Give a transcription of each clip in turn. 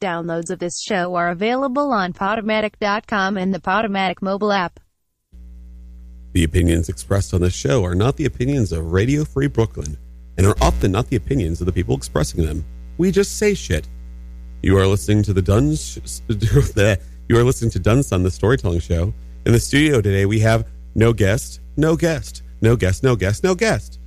Downloads of this show are available on Podomatic.com and the Podomatic mobile app. The opinions expressed on this show are not the opinions of Radio Free Brooklyn and are often not the opinions of the people expressing them. We just say shit. You are listening to the Dun. Sh- you are listening to Dunson, the storytelling show. In the studio today, we have no guest, no guest, no guest, no guest, no guest.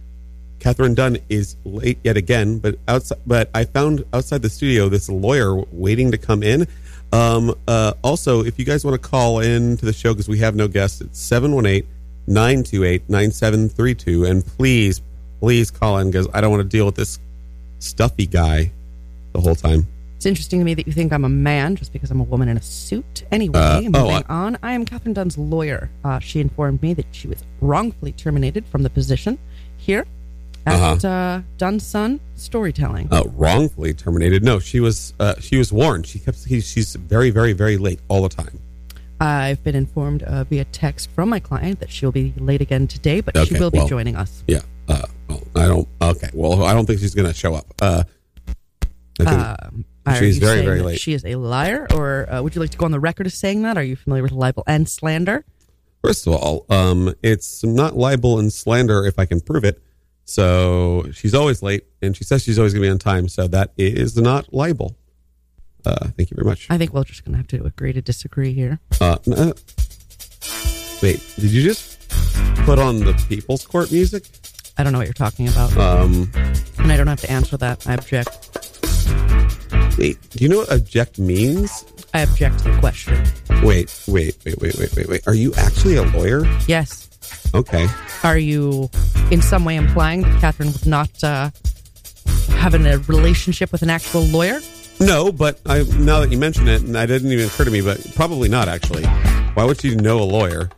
Catherine Dunn is late yet again, but outside, but I found outside the studio this lawyer waiting to come in. Um, uh, also, if you guys want to call in to the show because we have no guests, it's 718 928 9732. And please, please call in because I don't want to deal with this stuffy guy the whole time. It's interesting to me that you think I'm a man just because I'm a woman in a suit. Anyway, Uh, moving oh, I- on, I am Catherine Dunn's lawyer. Uh, she informed me that she was wrongfully terminated from the position here Uh-huh. at uh Dunn's Son Storytelling. uh, wrongfully terminated. No, she was uh, she was warned. She kept he, she's very very very late all the time. I've been informed uh, via text from my client that she'll be late again today, but Okay, she will be well- joining us. Yeah. Uh, well, I don't. Okay. Well, I don't think she's gonna show up. Uh, I think Um, are She's you very, saying very that late. She is a liar, or uh, would you like to go on the record as saying that? Are you familiar with libel and slander? first of all, um, it's not libel and slander if I can prove it. So she's always late, and she says she's always gonna be on time. So that is not libel. Uh, thank you very much. I think we're just going to have to agree to disagree here. Uh, n- uh, wait, did you just put on the People's Court music? I don't know what you're talking about, Um, and I don't have to answer that. I object. wait, do you know what object means? I object to the question. Wait, wait, wait, wait, wait, wait, wait. Are you actually a lawyer? Yes. Okay. Are you in some way implying that Catherine would not uh, have an- a relationship with an actual lawyer? No, but I now that you mention it, and I didn't even occur to me, but probably not actually. Why would she know a lawyer?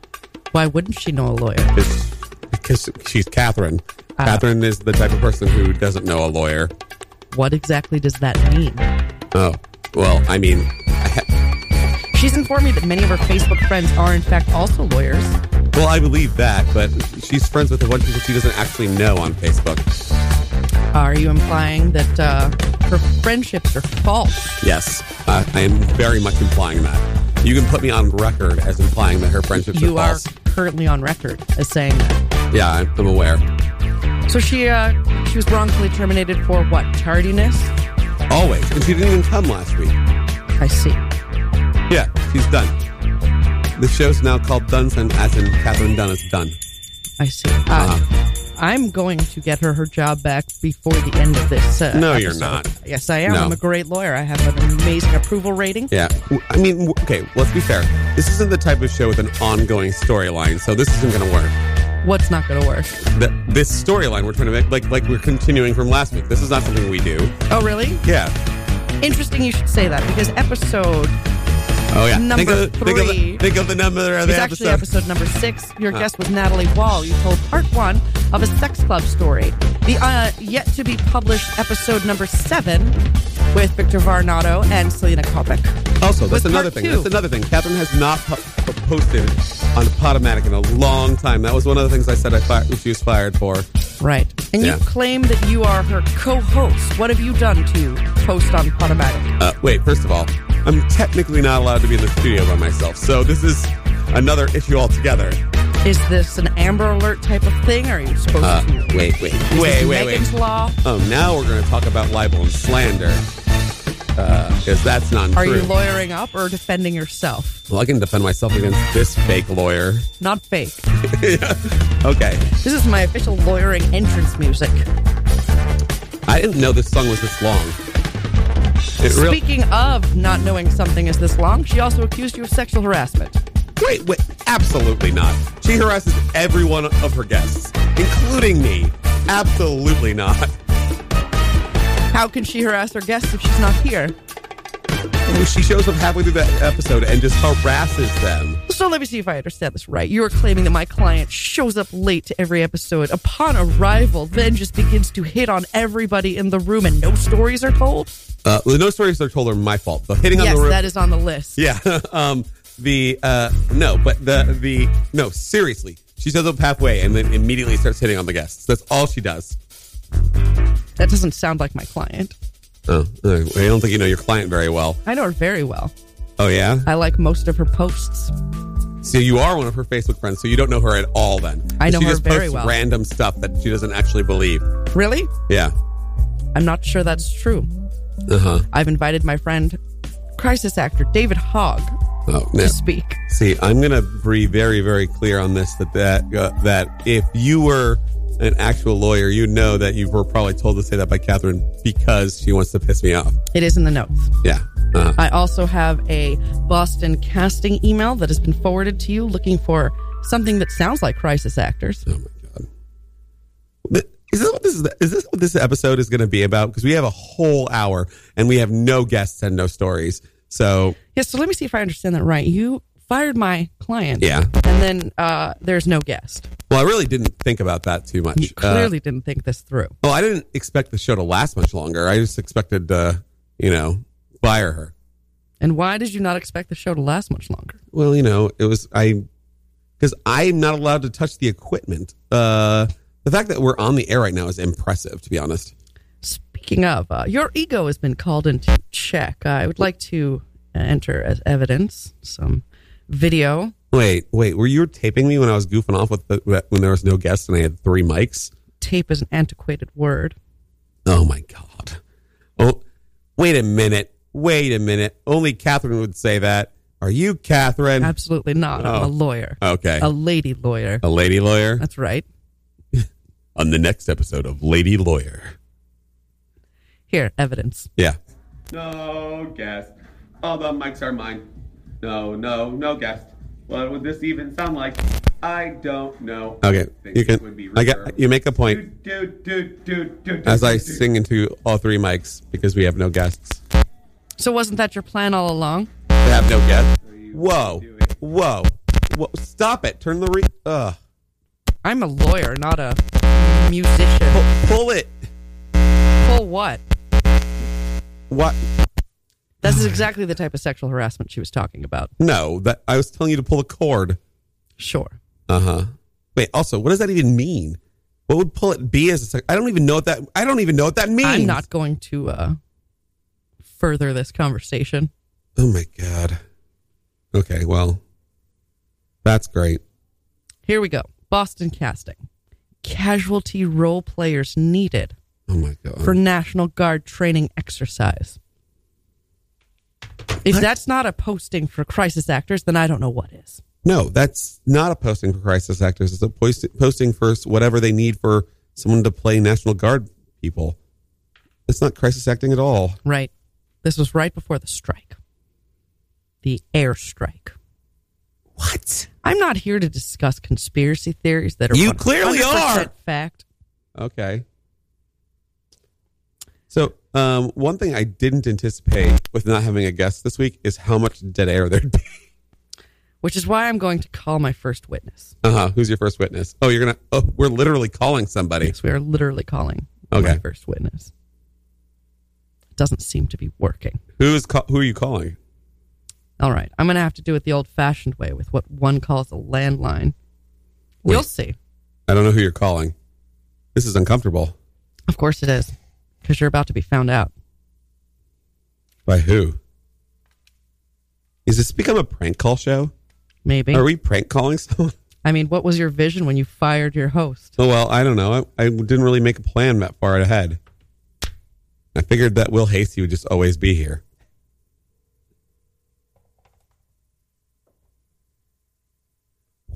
Why wouldn't she know a lawyer? It's because she's Catherine. Catherine is the type of person who doesn't know a lawyer. What exactly does that mean? Oh, well, I mean, She's informed me that many of her Facebook friends are, in fact, also lawyers. well, I believe that, but she's friends with a bunch of people she doesn't actually know on Facebook. Are you implying that uh, her friendships are false? Yes, uh, I am very much implying that. You can put me on record as implying that her friendships You are are false. currently on record as saying that. Yeah, I'm- I'm aware. So she uh, she was wrongfully terminated for what? Tardiness? Always. And she didn't even come last week. I see. Yeah, she's done. The show's now called Dunson, as in Catherine Dunn is done. I see. Uh, Uh-huh. I'm going to get her her job back before the end of this. Uh, No, you're episode. not. Yes, I am. No. I'm a great lawyer. I have an amazing approval rating. Yeah. w- I mean, w- okay, let's be fair. This isn't the type of show with an ongoing storyline, so this isn't going to work. What's not going to work? Th this storyline we're trying to make, like, like we're continuing from last week. This is not something we do. Oh, really? Yeah. Interesting. You should say that because episode Oh, yeah. think, Number of, the- think, of three. the, think of the number of it's the actually episode. episode number six. Your guest was Natalie Wall. You told part one of a sex club story. The uh, yet to be published episode number seven with Victor Varnado and Selena Kopic. Also, that's was another part thing. two. That's another thing. Catherine has not po- po- posted on Potomatic in a long time. That was one of the things I said I fi- she was fired for. Right. And Yeah. you claim that you are her co host. What have you done to post on Podomatic? Uh, wait, first of all, I'm technically not allowed to be in the studio by myself, so this is another issue altogether. Is this an Amber Alert type of thing? Are you supposed Uh, to? wait, wait, Is wait, this wait, Megan's wait. Law? Oh, now we're going to talk about libel and slander. Because that's not Are true. you lawyering up or defending yourself? well, I can defend myself against this fake lawyer. Not fake. Okay. This is my official lawyering entrance music. I didn't know this song was this long. It really. Speaking of not knowing something is this long, she also accused you of sexual harassment. Wait, wait, absolutely not. She harasses every one of her guests, including me. Absolutely not. How can she harass her guests if she's not here? She shows up halfway through that episode and just harasses them. So let me see if I understand this right. You are claiming that my client shows up late to every episode upon arrival, then just begins to hit on everybody in the room and no stories are told? Uh, the no stories are told are my fault. The hitting on yes, the roof. that is on the list. yeah. um, the uh, no, but the the no. Seriously, she shows up halfway and then immediately starts hitting on the guests. That's all she does. That doesn't sound like my client. Oh, I don't think you know your client very well. I know her very well. Oh yeah. I like most of her posts. So you are one of her Facebook friends, so you don't know her at all. Then I know she her just very posts well. Random stuff that she doesn't actually believe. Really? Yeah. I'm not sure that's true. Uh huh. I've invited my friend, crisis actor David Hogg, Oh no. to speak. See, I'm going to be very, very clear on this. That that uh, that if you were an actual lawyer, you know that you were probably told to say that by Catherine because she wants to piss me off. It is in the notes. Yeah. Uh, I also have a Boston casting email that has been forwarded to you looking for something that sounds like crisis actors. oh my god. Th- Is this what this is? Is this what this episode is going to be about? Because we have a whole hour and we have no guests and no stories. So Yeah, so let me see if I understand that right. You fired my client. yeah. And then uh, there's no guest. Well, I really didn't think about that too much. Uh, Clearly didn't think this through. well, I didn't expect the show to last much longer. I just expected, uh, you know, fire her. And why did you not expect the show to last much longer? Well, you know, it was I because I'm not allowed to touch the equipment. Uh, the fact that we're on the air right now is impressive, to be honest. Speaking of, uh, your ego has been called into check. I would like to enter as evidence some video. Wait, wait, were you taping me when I was goofing off with the, when there was no guest and I had three mics? Tape is an antiquated word. Oh my god! Oh, wait a minute, wait a minute. Only Catherine would say that. Are you Catherine? Absolutely not. I'm Oh. a lawyer, okay, a lady lawyer. a lady lawyer. That's right. On the next episode of Lady Lawyer. Here, evidence. Yeah. No guest. All the mics are mine. No, no, no guest. What would this even sound like? I don't know. Okay, think you it can. would be I got. reverb. You make a point Dude, dude, dude, dude, dude, as I dude, dude. sing into all three mics because we have no guests. So wasn't that your plan all along? We have no guests. Whoa, whoa, whoa! Stop it! Turn the re. Ugh. I'm a lawyer, not a musician. Pull, pull it. Pull what? What? This is exactly the type of sexual harassment she was talking about. No, that I was telling you to pull the cord. Sure. Uh huh. Wait. Also, what does that even mean? What would pull it be as a sec- I don't even know what that. I don't even know what that means. I'm not going to uh, further this conversation. Oh my god. Okay, well, that's great. Here we go. Boston casting. Casualty role players needed Oh my god. for National Guard training exercise. If that's not a posting for crisis actors, then I don't know what is. no, that's not a posting for crisis actors. It's a post- posting for whatever they need for someone to play National Guard people. It's not crisis acting at all. Right. This was right before the strike, the airstrike. What? I'm not here to discuss conspiracy theories that are You clearly 100% are. fact. Okay. So, um, one thing I didn't anticipate with not having a guest this week is how much dead air there'd be. Which is why I'm going to call my first witness. Uh huh. Who's your first witness? Oh, you're gonna. Oh, we're literally calling somebody. Yes, we are literally calling my Okay. first witness. It doesn't seem to be working. Who's ca- who are you calling? All right, I'm going to have to do it the old-fashioned way with what one calls a landline. You'll see. I don't know who you're calling. This is uncomfortable. Of course it is, because you're about to be found out. By who? Is this become a prank call show? Maybe. Are we prank calling someone? I mean, what was your vision when you fired your host? Oh, well, I don't know. I, I didn't really make a plan that far ahead. I figured that Will Hasty would just always be here.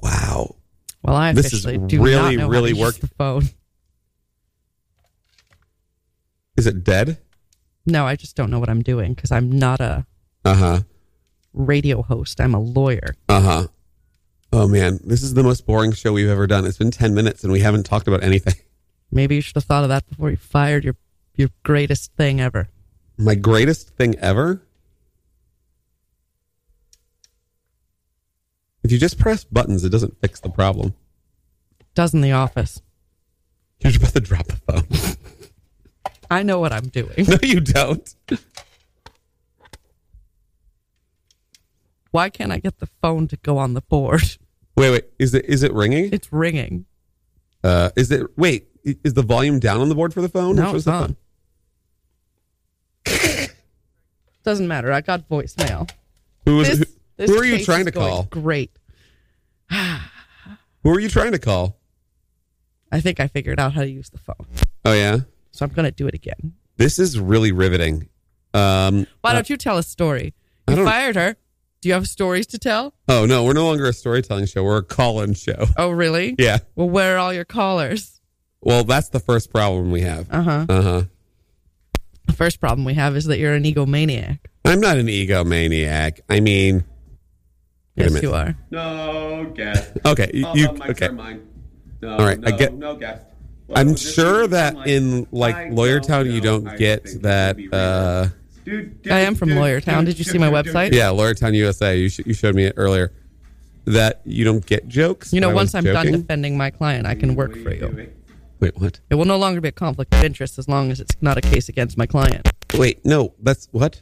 Wow. Well, I This is officially do really, not know really how to use work- the phone. Is it dead? No, I just don't know what I'm doing because I'm not a Uh huh. radio host. I'm a lawyer. Uh huh. Oh, man. This is the most boring show we've ever done. It's been 10 minutes and we haven't talked about anything. Maybe you should have thought of that before you fired your your greatest thing ever. My greatest thing ever? If you just press buttons, it doesn't fix the problem. Does in the office. You're about to drop the phone. I know what I'm doing. no, you don't. Why can't I get the phone to go on the board? Wait, wait. Is it is it ringing? It's ringing. Uh, is it wait? i- Is the volume down on the board for the phone? No, Which was it's the on. phone? Doesn't matter. I got voicemail. Who, is, This, who, this who are you case trying is to going call? Great. Who are you trying to call? I think I figured out how to use the phone. Oh yeah, So I'm going to do it again. this is really riveting. Um, Why don't you tell a story? I You don't- fired her. Do you have stories to tell? oh no, we're no longer a storytelling show. We're a call-in show. Oh, really? yeah. Well, where are all your callers? Well, that's the first problem we have. Uh huh. Uh huh. The first problem we have is that you're an egomaniac. I'm not an egomaniac. I mean, Wait a Yes, minute. you are. No guest. okay, I'll you let my okay? turn mine. No, All right, no, I get- no guest. I'm Well, this sure is- that I'm in I like Lawyer don't Town you know. don't I get think it that. would be Uh, racist. Dude, dude, I am from dude, Lawyer Town. dude, Did you dude, see my dude, dude, website? dude. yeah, Lawyer Town USA. You sh- you showed me it earlier. That you don't get jokes. You I know, was once I'm done joking. defending my client, I can work What are for you. doing? Wait, what? It will no longer be a conflict of interest as long as it's not a case against my client. Wait, no, that's what?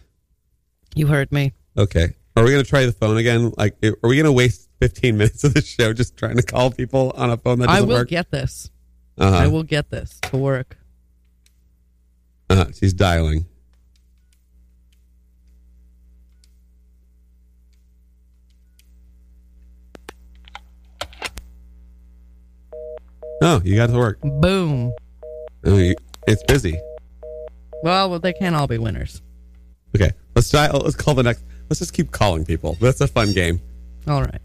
You heard me. Okay. Are we going to try the phone again? Like, i- are we going to waste 15 minutes of the show just trying to call people on a phone that I doesn't will work? get this. uh-huh. I will get this to work. Uh-huh. She's dialing. Oh, you got to work. Boom. Oh, you, it's busy. Well, well, they can't all be winners. Okay, let's dial. Let's call the next. Let's just keep calling people. That's a fun game. All right.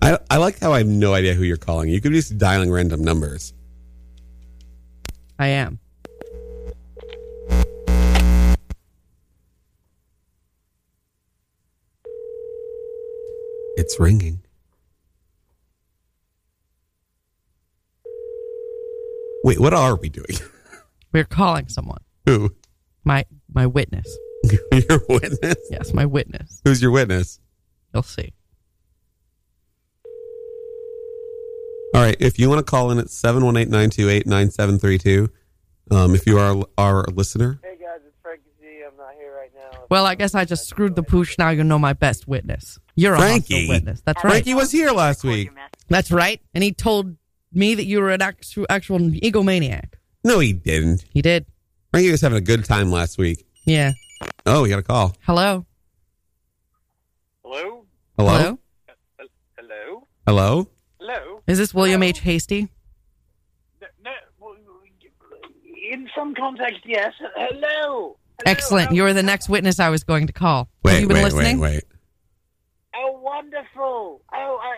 I, I like how I have no idea who you're calling. You could be just dialing random numbers. I am. It's ringing. Wait, what are we doing? We're calling someone. Who? My my witness. your witness? Yes, my witness. Who's your witness? You'll see. All right, if you want to call in at 718 928 9732, um, if you are our listener, Hey guys, it's Frankie Z. I'm not here right now. Well, I guess I just screwed the pooch. Now you know my best witness. You're a hostile Frankie. witness. That's right. Frankie was here last week. That's right. And he told me that you were an actual, actual egomaniac. No, he didn't. He did. Frankie was having a good time last week. Yeah. Oh, we got a call. Hello. Hello? Hello? Hello? Hello? Hello? Hello? Hello? Is this William H. Hasty? No, no, well, in some context, yes. Hello? Hello? Excellent. How- You were the next witness I was going to call. Have you been wait, listening? wait, wait. How wonderful. Oh, I,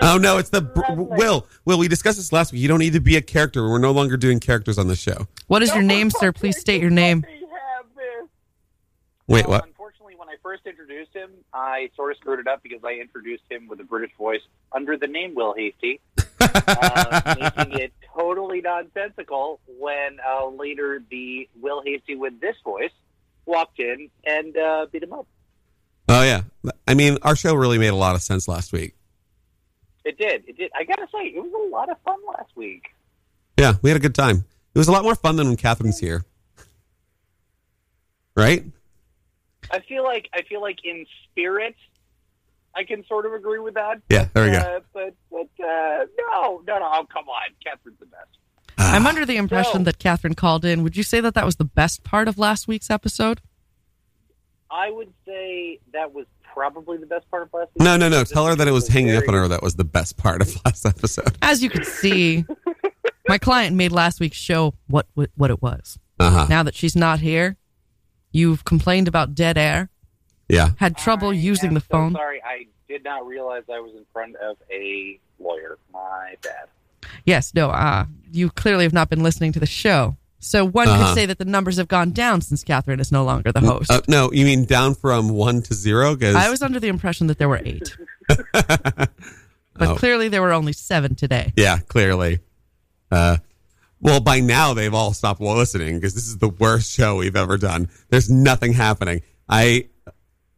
Oh no, it's the Lovely. Will. Will, we discussed this last week. You don't need to be a character. We're no longer doing characters on the show. What is your name, sir? Please state your name. Let me have this. Wait, Well, what? Unfortunately, when I first introduced him, I sort of screwed it up because I introduced him with a British voice under the name Will Hasty, uh, making it totally nonsensical when uh, later the Will Hasty with this voice walked in and uh, beat him up. Oh yeah. I mean, our show really made a lot of sense last week. It did. It did. I gotta say, it was a lot of fun last week. Yeah, we had a good time. It was a lot more fun than when Catherine's here. Right? I feel like I feel like in spirit, I can sort of agree with that. Yeah, there we go. Uh, but but uh, no, no, no. Oh, come on, Catherine's the best. Ah. I'm under the impression No. that Catherine called in. Would you say that that was the best part of last week's episode? I would say that was probably the best part of last week. No, no, no. Tell her that it was hanging up on her that was the best part of last episode. As you can see, my client made last week's show what what what it was. Uh huh. Now that she's not here, you've complained about dead air, Yeah. had trouble I using am the so phone. sorry, I did not realize I was in front of a lawyer. My bad. Yes, no, uh, you clearly have not been listening to the show. So one Uh-huh. could say that the numbers have gone down since Catherine is no longer the host. Uh, no, you mean down from one to zero? Because I was under the impression that there were eight, but Oh. clearly there were only seven today. Yeah, clearly. Uh, well, by now they've all stopped listening because this is the worst show we've ever done. There's nothing happening. I,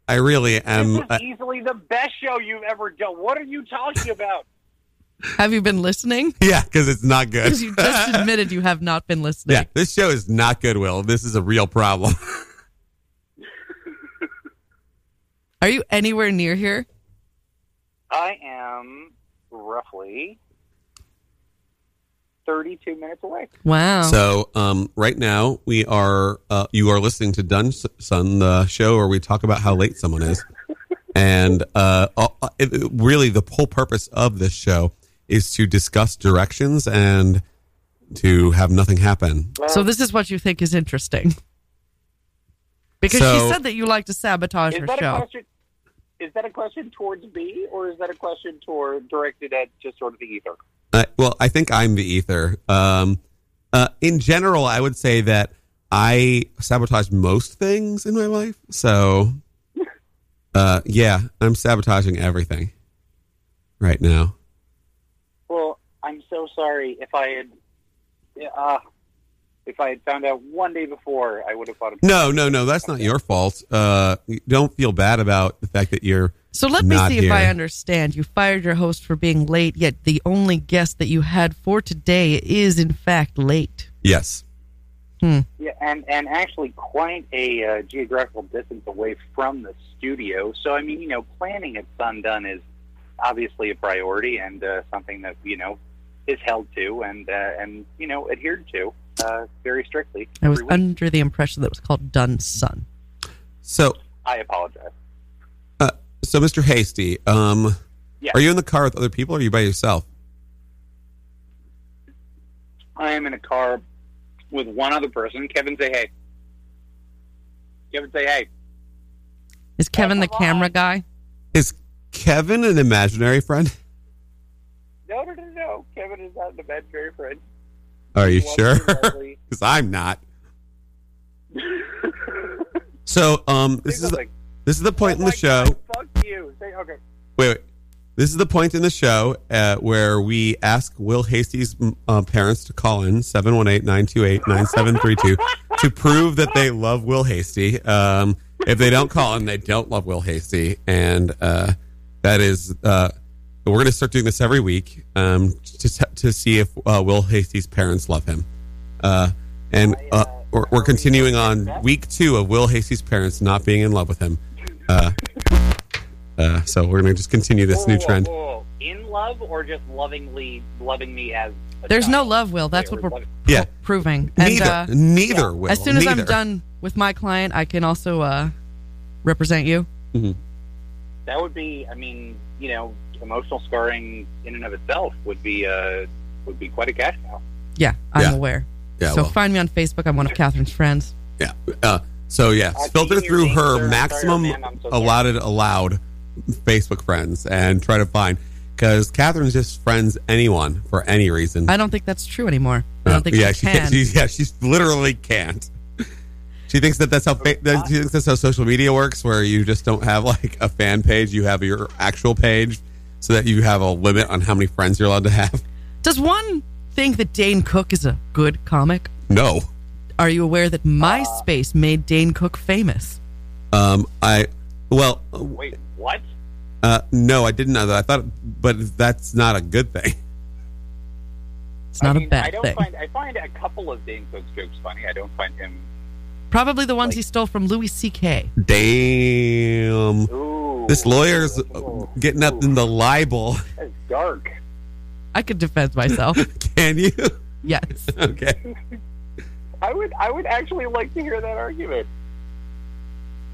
I really am. uh, this is Um, I, easily the best show you've ever done. What are you talking about? Have you been listening? yeah, because it's not good. Because you just admitted you have not been listening. yeah, this show is not good. Will this is a real problem? Are you anywhere near here? I am roughly 32 minutes away. Wow. So um, right now we are uh, you are listening to Dun Son, the show where we talk about how late someone is, and uh, uh, it, it- really the whole purpose of this show is to discuss directions and to have nothing happen. Um, So this is what you think is interesting. Because So- she said that you like to sabotage Is her that a show. question? Is that a question towards me, or is that a question toward directed at just sort of the ether? Uh, well, I think I'm the ether. Um, uh, in general, I would say that I sabotage most things in my life. So, uh, yeah, I'm sabotaging everything right now. Well, I'm so sorry. If I had, uh, if I had found out one day before, I would have thought. Of No, no, no. That's not your fault. Uh, don't feel bad about the fact that you're. So let me Not see if I here. understand. You fired your host for being late, yet the only guest that you had for today is in fact late. Yes. Yeah, and and actually quite a uh, geographical distance away from the studio. So I mean, you know, planning at Sundun is obviously a priority and uh, something that you know is held to and uh, and you know adhered to uh, very strictly. I was every week. under the impression that it was called Dun's son. So, I apologize. uh, so Mr. Hasty, um, Yeah. are you in the car with other people or are you by yourself? I am in a car with one other person. Kevin, say hey. Kevin, say hey. Is Kevin the come camera on. guy? Is Kevin an imaginary friend? No, no, no, no. Kevin is not an imaginary friend. Are you He's sure? lovely. Because I'm not. So, um, this He's is the, like, this is the point "Oh in the my show. God, fuck you. Say okay. Wait, wait. This is the point in the show uh, where we ask Will Hasty's m- uh, parents to call in 718 928 9732 to prove that they love Will Hasty. Um, if they don't call in, they don't love Will Hasty. And uh, that is, uh, we're going to start doing this every week um, to, se- to see if uh, Will Hasty's parents love him. Uh, and uh, we're, we're continuing on week two of Will Hasty's parents not being in love with him. Uh, uh, so we're going to just continue this new Whoa, trend. whoa, whoa, whoa. In love or just lovingly loving me as a There's no child? love, Will. That's Or what we're loving- Yeah. pro- proving. neither, and uh, neither will. as soon as I'm neither. done with my client, I can also uh, represent you. That would be, I mean, you know, emotional scarring in and of itself would be uh, would be quite a cash cow. Yeah, I'm Yeah. aware. yeah, so well, find me on Facebook. I'm one of Catherine's friends. yeah. Uh, so yeah, I've filter seen your through name, sir. her I'm sorry, maximum ma'am. I'm so sorry. allotted allowed Facebook friends and try to find because Catherine's just friends anyone for any reason. I don't think that's true anymore. I Uh, don't think yeah, she can't. can. She, yeah, she literally can't. She thinks that that's how fa- that, she thinks that's how social media works, where you just don't have like a fan page; you have your actual page, so that you have a limit on how many friends you're allowed to have. Does one think that Dane Cook is a good comic? No, Are you aware Uh, that MySpace made Dane Cook famous? um, I well, Wait, what? Uh, no, I didn't know that. I thought, but that's not a good thing. It's not I mean, a bad I don't thing. Find, I find a couple of Dane Cook's jokes funny. I don't find him. Probably the ones he stole from Louis C.K. Damn, Ooh, this lawyer's uh, Ooh. getting up in the libel. That's dark. I could defend myself. Can you? yes. Okay. I would, I would actually like to hear that argument.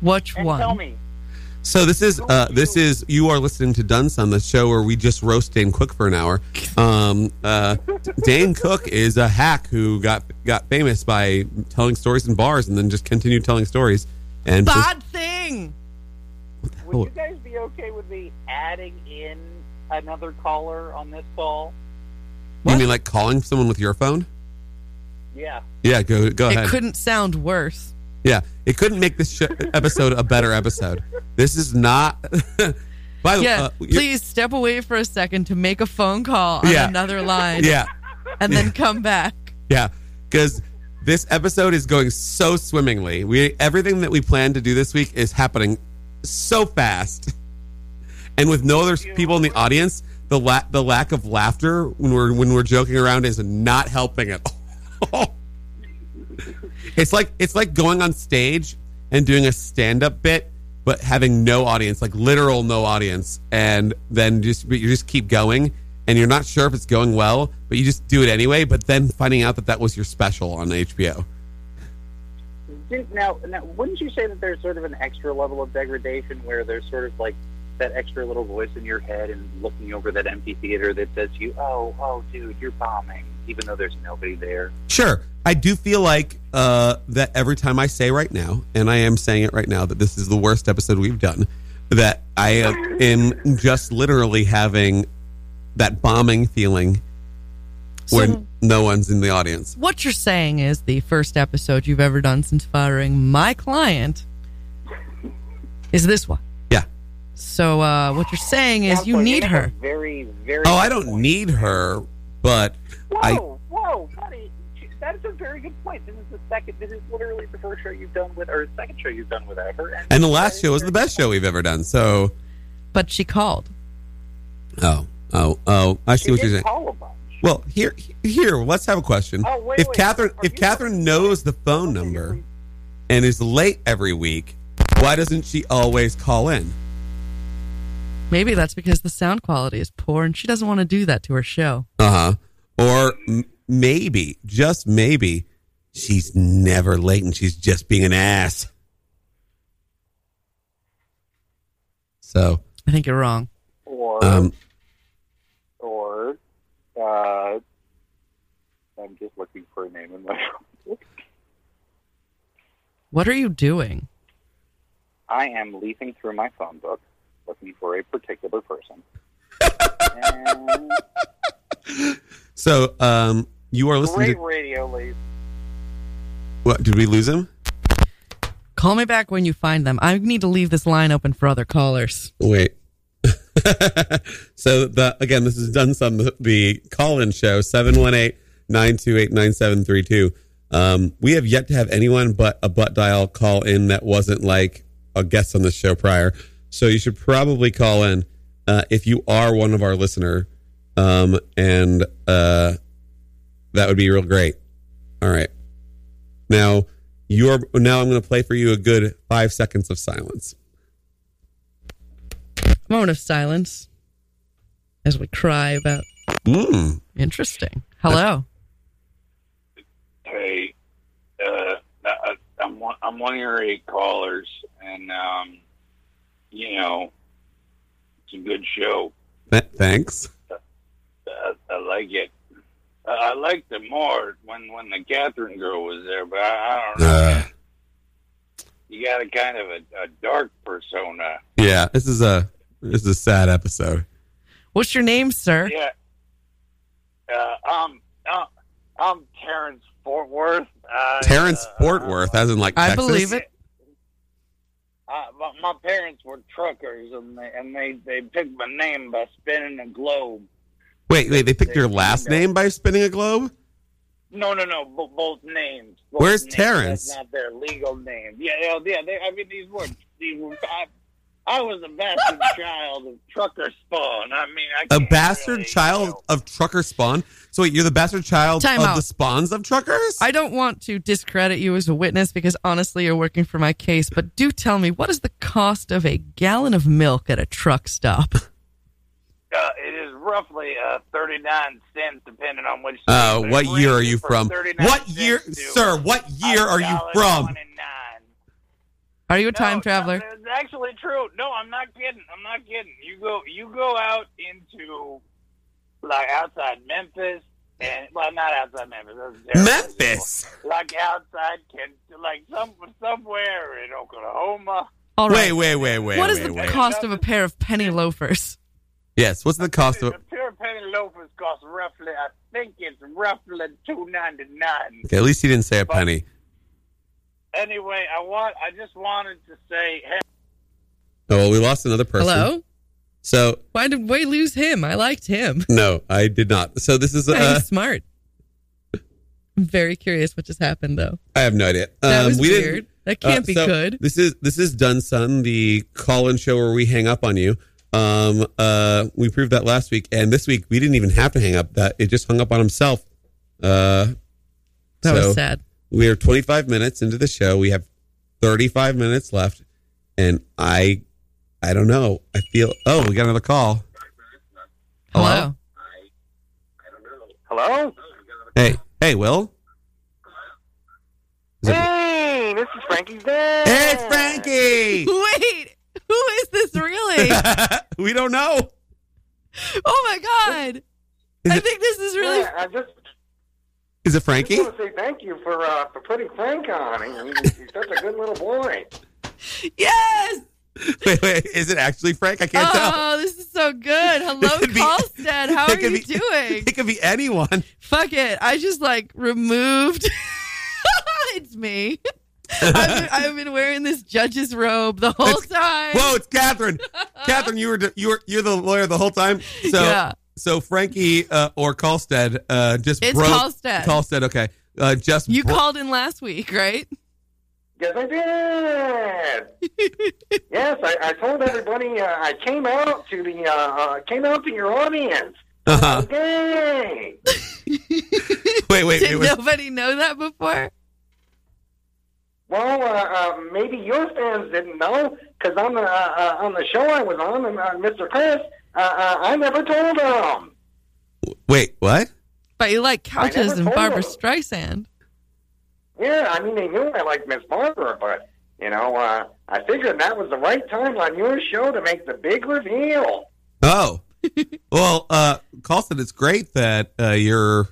Which And one? tell me, So this is uh, this is you are listening to Dunson, the show where we just roast Dane Cook for an hour. Um, uh, Dane Cook is a hack who got got famous by telling stories in bars and then just continued telling stories. And Bad thing. would you guys be okay with me adding in another caller on this call? you mean like calling someone with your phone? Yeah. Yeah, go go ahead. It couldn't sound worse. Yeah, it couldn't make this sh- episode a better episode. This is not. By the way, Yeah. uh, you're- please step away for a second to make a phone call on Yeah. another line yeah, and then come back. yeah, because this episode is going so swimmingly. We everything that we planned to do this week is happening so fast, and with no other people in the audience, the la- the lack of laughter when we're when we're joking around is not helping at all. it's like it's like going on stage and doing a stand up bit but having no audience like literal no audience and then just but you just keep going and you're not sure if it's going well, but you just do it anyway. But then finding out that that was your special on HBO. Did- Now, now, wouldn't you say that there's sort of an extra level of degradation where there's sort of like that extra little voice in your head and looking over that empty theater that says to you, "Oh, oh, dude, you're bombing," even though there's nobody there. Sure. I do feel like uh, that every time I say right now, and I am saying it right now, that this is the worst episode we've done, that I uh, am just literally having that bombing feeling So- when no one's in the audience. What you're saying is the first episode you've ever done since firing my client is this one. Yeah. So uh, what you're saying is Sounds you like need that's her. a Very, very. Oh, I good don't point. need her, but Whoa, I- whoa, buddy. That's a very good point. This is the second. This is literally the first show you've done with, or second show you've done with ever. and the last show was the best show we've ever done. So, But she called. oh, oh, oh, I see You what you're did saying. call a bunch. Well, here, here, let's have a question. Oh, wait, if wait. Catherine, Are if you- Catherine knows the phone number and is late every week, why doesn't she always call in? Maybe that's because the sound quality is poor and she doesn't want to do that to her show. Uh huh. Or m- maybe, just maybe, she's never late and she's just being an ass. So, I think you're wrong. Or, um, or, uh, I'm just looking for a name in my. What are you doing? I am leafing through my phone book, looking for a particular person. and so um, you are listening great to radio, Lee. what? Did we lose him? Call me back when you find them. I need to leave this line open for other callers. Wait. so the again, this is done some the call-in show 718-928-9732. Um, we have yet to have anyone but a butt dial call in that wasn't like a guest on the show prior. So you should probably call in uh, if you are one of our listener, um, and uh, that would be real great. All right. Now you're now I'm going to play for you a good five seconds of silence. Moment of silence as we cry about. Mm. Interesting. Hello. hey, uh, I- I'm one, I'm one of your eight callers, and um, you know, it's a good show. Th- thanks. I, I like it. I, I liked it more when when the Catherine girl was there, but I, I don't know. Uh, You got a kind of a, a dark persona. yeah, this is a this is a sad episode. What's your name, sir? Yeah. Uh, um, uh, I'm Terrence Fort Worth. Uh, Terrence uh, Fort Worth, as in like I Texas. believe it. Uh, my, my parents were truckers, and they and they they picked my name by spinning a globe. Wait, wait, they picked your last name by spinning a globe. No, no, no, bo- both names. Both Where's names. Terrence? That's not their legal name. Yeah, yeah, yeah. They, I mean, these were these were. I, I was a bastard child of trucker spawn. I mean, I A can't bastard really, child you know. of trucker spawn. So wait, you're the bastard child Time of out. the spawns of truckers. I don't want to discredit you as a witness because honestly, you're working for my case, but do tell me what is the cost of a gallon of milk at a truck stop? Uh, it is roughly uh, thirty nine cents, depending on which. uh, state, but what it year are ranges you for from? 39 What year, cents to sir? What year are you from? $1.29. Are you a No, time traveler? no, It's actually true. No, I'm not kidding. I'm not kidding. You go you go out into like outside Memphis and well not outside Memphis. That's terrible. Memphis. Like outside can like some somewhere in Oklahoma. All Wait, right. wait, wait, wait. what is wait, the wait. cost of a pair of penny loafers? Yes. What's the cost The of? pure penny loafers cost roughly I think it's roughly two ninety nine. Okay, at least he didn't say a penny. Anyway, I want I just wanted to say hey, Oh, well, we lost another person. Hello? So Why did we lose him? I liked him. no, I did not. So this is. Uh, He's smart. I'm very curious what just happened though. I have no idea. That was Um, we didn't- weird. That can't Uh, be so good. This is this is done, son. The call-in show where we hang up on you. Um, uh, we proved that last week, and this week we didn't even have to hang up. That it just hung up on himself. Uh, That so was sad. We are 25 minutes into the show. We have 35 minutes left, and I, I don't know. I feel. Oh, we got another call. Hello? Hello? Hello? Hey, hey, Will. Is it- Hey, this is Frankie's dad. Hey, Frankie. Wait, who is this really? we don't know. oh my God. I it- think this is really. Yeah, I just, Is it just Frankie? want to say thank you for uh, for putting Frank on. He- He's, he's such a good little boy. Yes. Wait, wait, is it actually Frank? I can't tell. Oh, this is so good. Hello, could be- Colstead. How it are could you be- doing? It could be anyone. Fuck it. I just like removed. it's me. I've been, I've been wearing this judge's robe the whole It's- time. Whoa, it's Catherine. Catherine, you were you were you're the lawyer the whole time. So Yeah. so Frankie uh, or Colstead uh, just It's broke Kolstad. Kolstad, okay, uh, just You bro- called in last week, right? Yes, I did. yes, I, I told everybody uh, I came out to the uh, uh, came out to your audience. Uh-huh. Okay. Wait, wait, it Did was nobody know that before? Well, uh, uh, maybe your fans didn't know because on the uh, uh, on the show I was on, and uh, Mr. Chris, uh, uh, I never told them. wait, what? But you like couches and told Barbara them. Streisand. Yeah, I mean, they knew I liked Miss Barbara, but, you know, uh, I figured that was the right time on your show to make the big reveal. Oh, well, uh, Colstead, it's great that uh, you're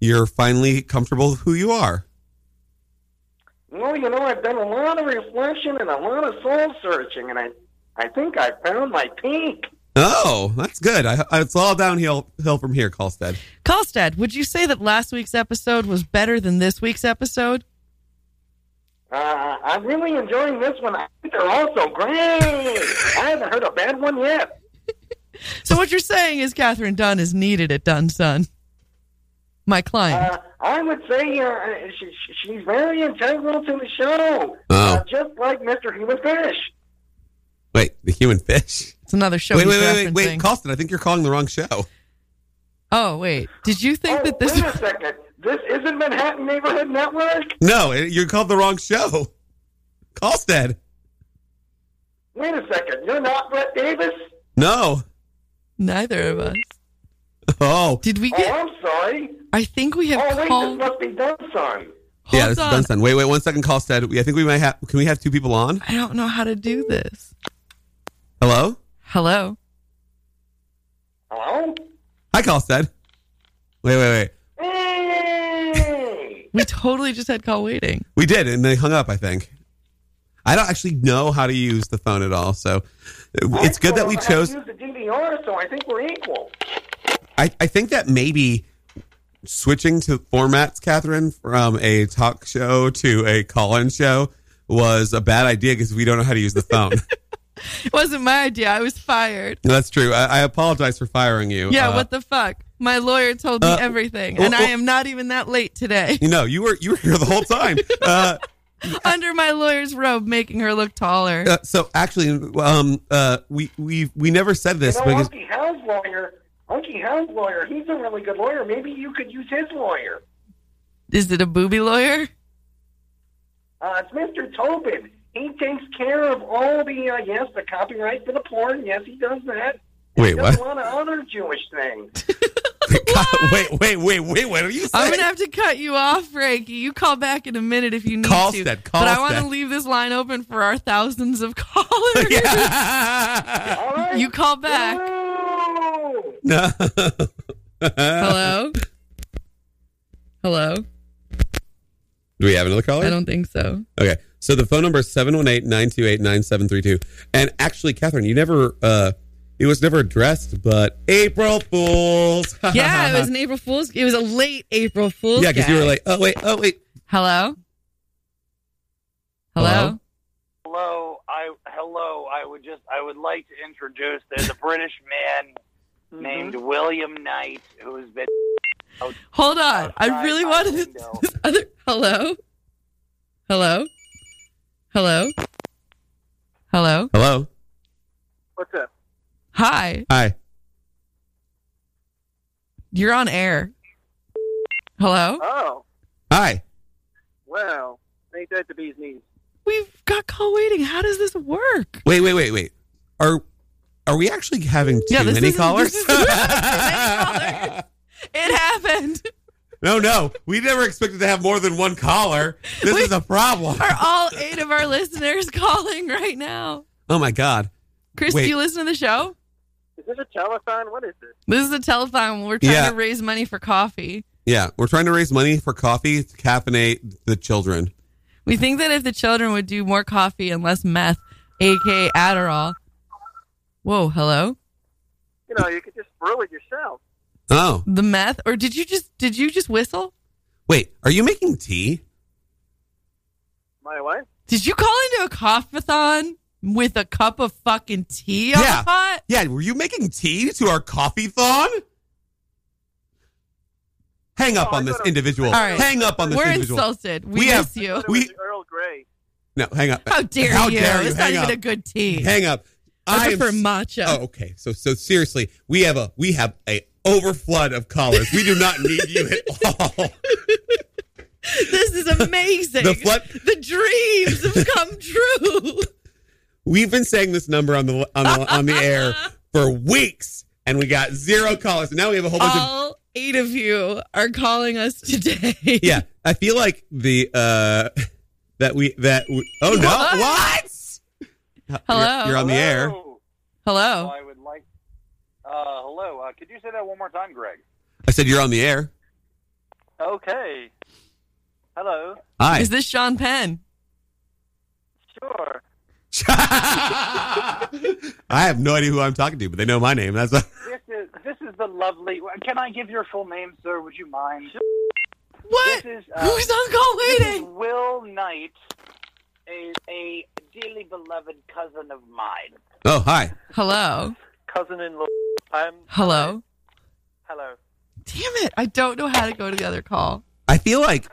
you're finally comfortable with who you are. Well, you know, I've done a lot of reflection and a lot of soul searching, and I, I think I found my peak. Oh, that's good. I, I, it's all downhill hill from here, Colstead. Colstad, would you say that last week's episode was better than this week's episode? Uh, I'm really enjoying this one. I think they're also great. I haven't heard a bad one yet. So what you're saying is Catherine Dunn is needed at Dunn Son. My client. Uh, I would say uh, she, she- she's very integral to the show, Oh, uh, just like Mr. Human Fish. wait, the human fish. it's another show. wait, he's wait, wait, wait, referencing. wait, Colstead, I think you're calling the wrong show. Oh wait, did you think Oh, that this? wait a second. This isn't Manhattan Neighborhood Network? No, you called the wrong show. Colstead. Wait a second. You're not Brett Davis? No. Neither of us. Oh. Did we Oh, get? I'm sorry. I think we have Oh, wait, called. this must be Dunson. Hold yeah, this on. is Dunstan. Wait, wait, one second, Colstead. We- I think we might have. Can we have two people on? I don't know how to do this. Hello? Hello. Hello? Hi, Colstead. Wait, wait, wait. Hey! We totally just had call waiting. We did, and they hung up, I think. I don't actually know how to use the phone at all, so uh, it's good that we I chose. used the DVR, so I think we're equal. I, I think that maybe switching to formats, Catherine, from a talk show to a call in show was a bad idea because we don't know how to use the phone. It wasn't my idea. I was fired. That's true. I, I apologize for firing you. Yeah. Uh, what the fuck? My lawyer told me uh, everything, well, and I well- am not even that late today. You know, you were you were here the whole time. uh, Under my lawyer's robe, making her look taller. uh, so actually, um, uh, we we we never said You this know, because Unky Howe's lawyer, Unky Howe's lawyer, he's a really good lawyer. Maybe you could use his lawyer. Is it a booby lawyer? Uh, it's Mr. Tobin. He takes care of all the, uh, yes, the copyright for the porn. Yes, he does that. wait, what? There's a lot of other Jewish things. wait, wait, wait, wait. What are you I'm saying? gonna have to cut you off, Frankie. You call back in a minute if you need Call to. Stead, call but I want to Stead. leave this line open for our thousands of callers. Yeah. All right. You call back. Hello. No. Hello. Hello. Do we have another caller? I don't think so. Okay. So the phone number is 718-928-9732. And actually, Catherine, you never uh it was never addressed, but April Fools. Yeah, it was an April Fool's. It was a late April Uh-huh, Fool's. Yeah, because you were gag. like, oh wait, oh wait. hello. Hello. Hello? Hello, I hello. I would just I would like to introduce there's a British man Mm-hmm. named William Knight who's been Hold on. I Outside really my wanted this, window. this other. Hello. Hello. Hello. Hello. Hello. what's up? Hi. Hi. You're on air. Hello? Oh, Hi. well, ain't that the bee's knees? We've got call waiting. How does this work? Wait, wait, wait, wait. Are are we actually having too Yeah, this many isn't- callers? this isn't- Many callers. It happened. No, no. We never expected to have more than one caller. This is a problem. Are all eight of our listeners calling right now? Oh my God. Chris, Wait. do you listen to the show? Is this a telethon? What is this? This is a telethon. We're trying Yeah. to raise money for coffee. Yeah, we're trying to raise money for coffee to caffeinate the children. We think that if the children would do more coffee and less meth, aka Adderall. Whoa, hello. You know, you could just brew it yourself. Oh, The meth, or did you just did you just whistle? wait. Are you making tea? My wife? Did you call into a coffeeathon with a cup of fucking tea on Yeah. the pot? Yeah, were you making tea to our coffee thon? Hang up Oh, I on this thought it- individual. All right. Hang up on this We're individual. insulted. We, We have- miss you. But it We- was Earl Grey. No, hang up. How dare How you? dare you? It's Hang not up. even a good tea. Hang up. I am prefer s- matcha. Oh, okay. So so seriously, we have a we have a overflood of callers. We do not need you at all. This is amazing. The flood- The dreams have come true. We've been saying this number on the on the, on the air for weeks, and we got zero callers. And now we have a whole bunch of All eight of you are calling us today. yeah. I feel like the uh that we that we, oh no What? what Hello? You're, you're on the air. Hello. Hello. Oh, I would like. Uh, hello. Uh, could you say that one more time, Greg? I said you're on the air. Okay. Hello. Hi. Is this Sean Penn? Sure. I have no idea who I'm talking to, but they know my name. That's This is this is the lovely. Can I give your full name, sir? Would you mind? What? This is, uh, Who's on call This is waiting? Will Knight, a, a dearly beloved cousin of mine. oh hi. Hello. Cousin-in-law. I'm... Hello. Hello. Damn it. I don't know how to go to the other call. I feel like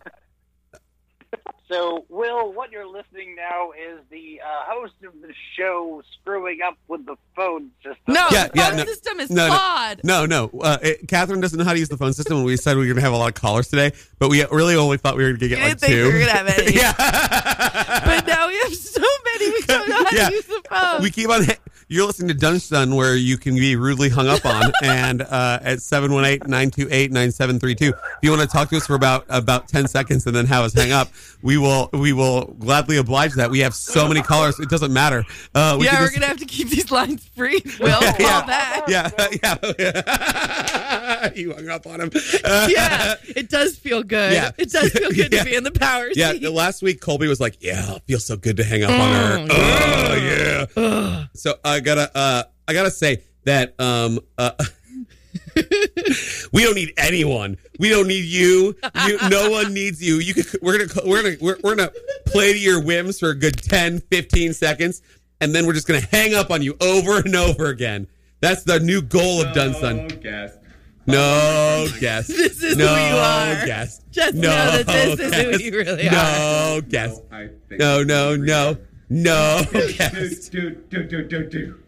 So, Will, what you're listening now is the uh, host of the show screwing up with the phone system. No, Yeah, the yeah, phone no. system is No, no. flawed. No, no. Uh, it, Catherine doesn't know how to use the phone system, and we said we were going to have a lot of callers today, but we really only thought we were going to You get like didn't think two. we were going to have any. yeah. But now we have so many. We don't know how Yeah. to use the phone. we keep on. You're listening to Dunstun, where you can be rudely hung up on, and uh, at 718-928-9732. If you want to talk to us for about about ten seconds and then have us hang up, we will we will gladly oblige that. We have so many callers, it doesn't matter. Uh, we yeah, can we're just- going to have to keep these lines free. Will, Yeah, call yeah. back. Yeah, yeah. you hung up on him. Uh, yeah, it does feel good. Yeah. It does feel good Yeah. to be in the power Yeah, seat. the last week Colby was like, "Yeah, it feels so good to hang up on her." Mm. Oh yeah. So I gotta, uh, I gotta say that um, uh, we don't need anyone. We don't need you. you no one needs you. You could, we're gonna we're gonna we're, we're gonna play to your whims for a good 10, 15 seconds, and then we're just gonna hang up on you over and over again. That's the new goal of Dunson. No guess. No guess. This is no who you are. guess. Just no know that this is guess. who you really are. No guess. No, I think No, no, no, no. Do, Yes. do, do, do, do, do.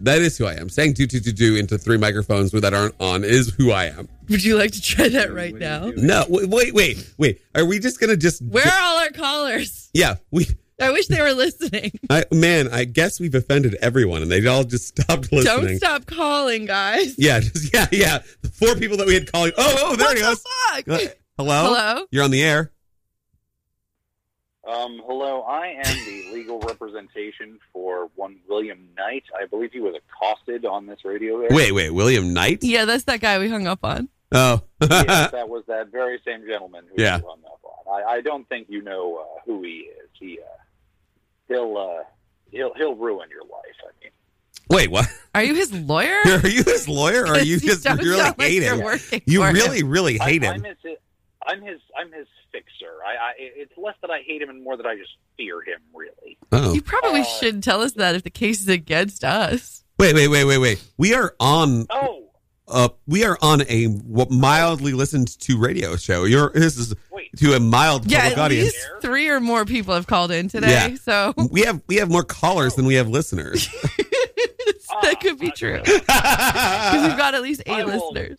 That is who I am. Saying do do do do into three microphones that aren't on is who I am. Would you like to try that right now? No, wait, wait, wait, wait. Are we just gonna just? Where are all our callers? Yeah, we. I wish they were listening. I, man, I guess we've offended everyone, and they all just stopped listening. Don't stop calling, guys. Yeah, just yeah, yeah. The four people that we had calling. Oh, oh, there what he the goes. fuck? Uh, Hello. Hello? You're on the air. Um, hello, I am the legal representation for one William Knight. I believe he was accosted on this radio. Air. Wait, wait. William Knight. Yeah, that's that guy we hung up on. Oh. yes, that was that very same gentleman who Yeah. you hung up on. I, I don't think you know uh, who he is. He uh, he'll uh, he'll he'll ruin your life. I mean, wait, what? Are you his lawyer? Are you his lawyer, or are you just don't really sound like hate you're him? working You for him. really, really hate I, him. I'm his I'm his I'm his fixer. I, I it's less that I hate him and more that I just fear him. Really, Oh. You Uh, probably should tell us that if the case is against us. Wait, wait, wait, wait, wait. We are on. oh. Uh, we are on a w- mildly listened to radio show. You're this is Wait. to a mild Yeah, public at audience. least three or more people have called in today. Yeah. So We have we have more callers than we have listeners. Ah, that could be I- true. Because we've oh got at least eight I will- listeners.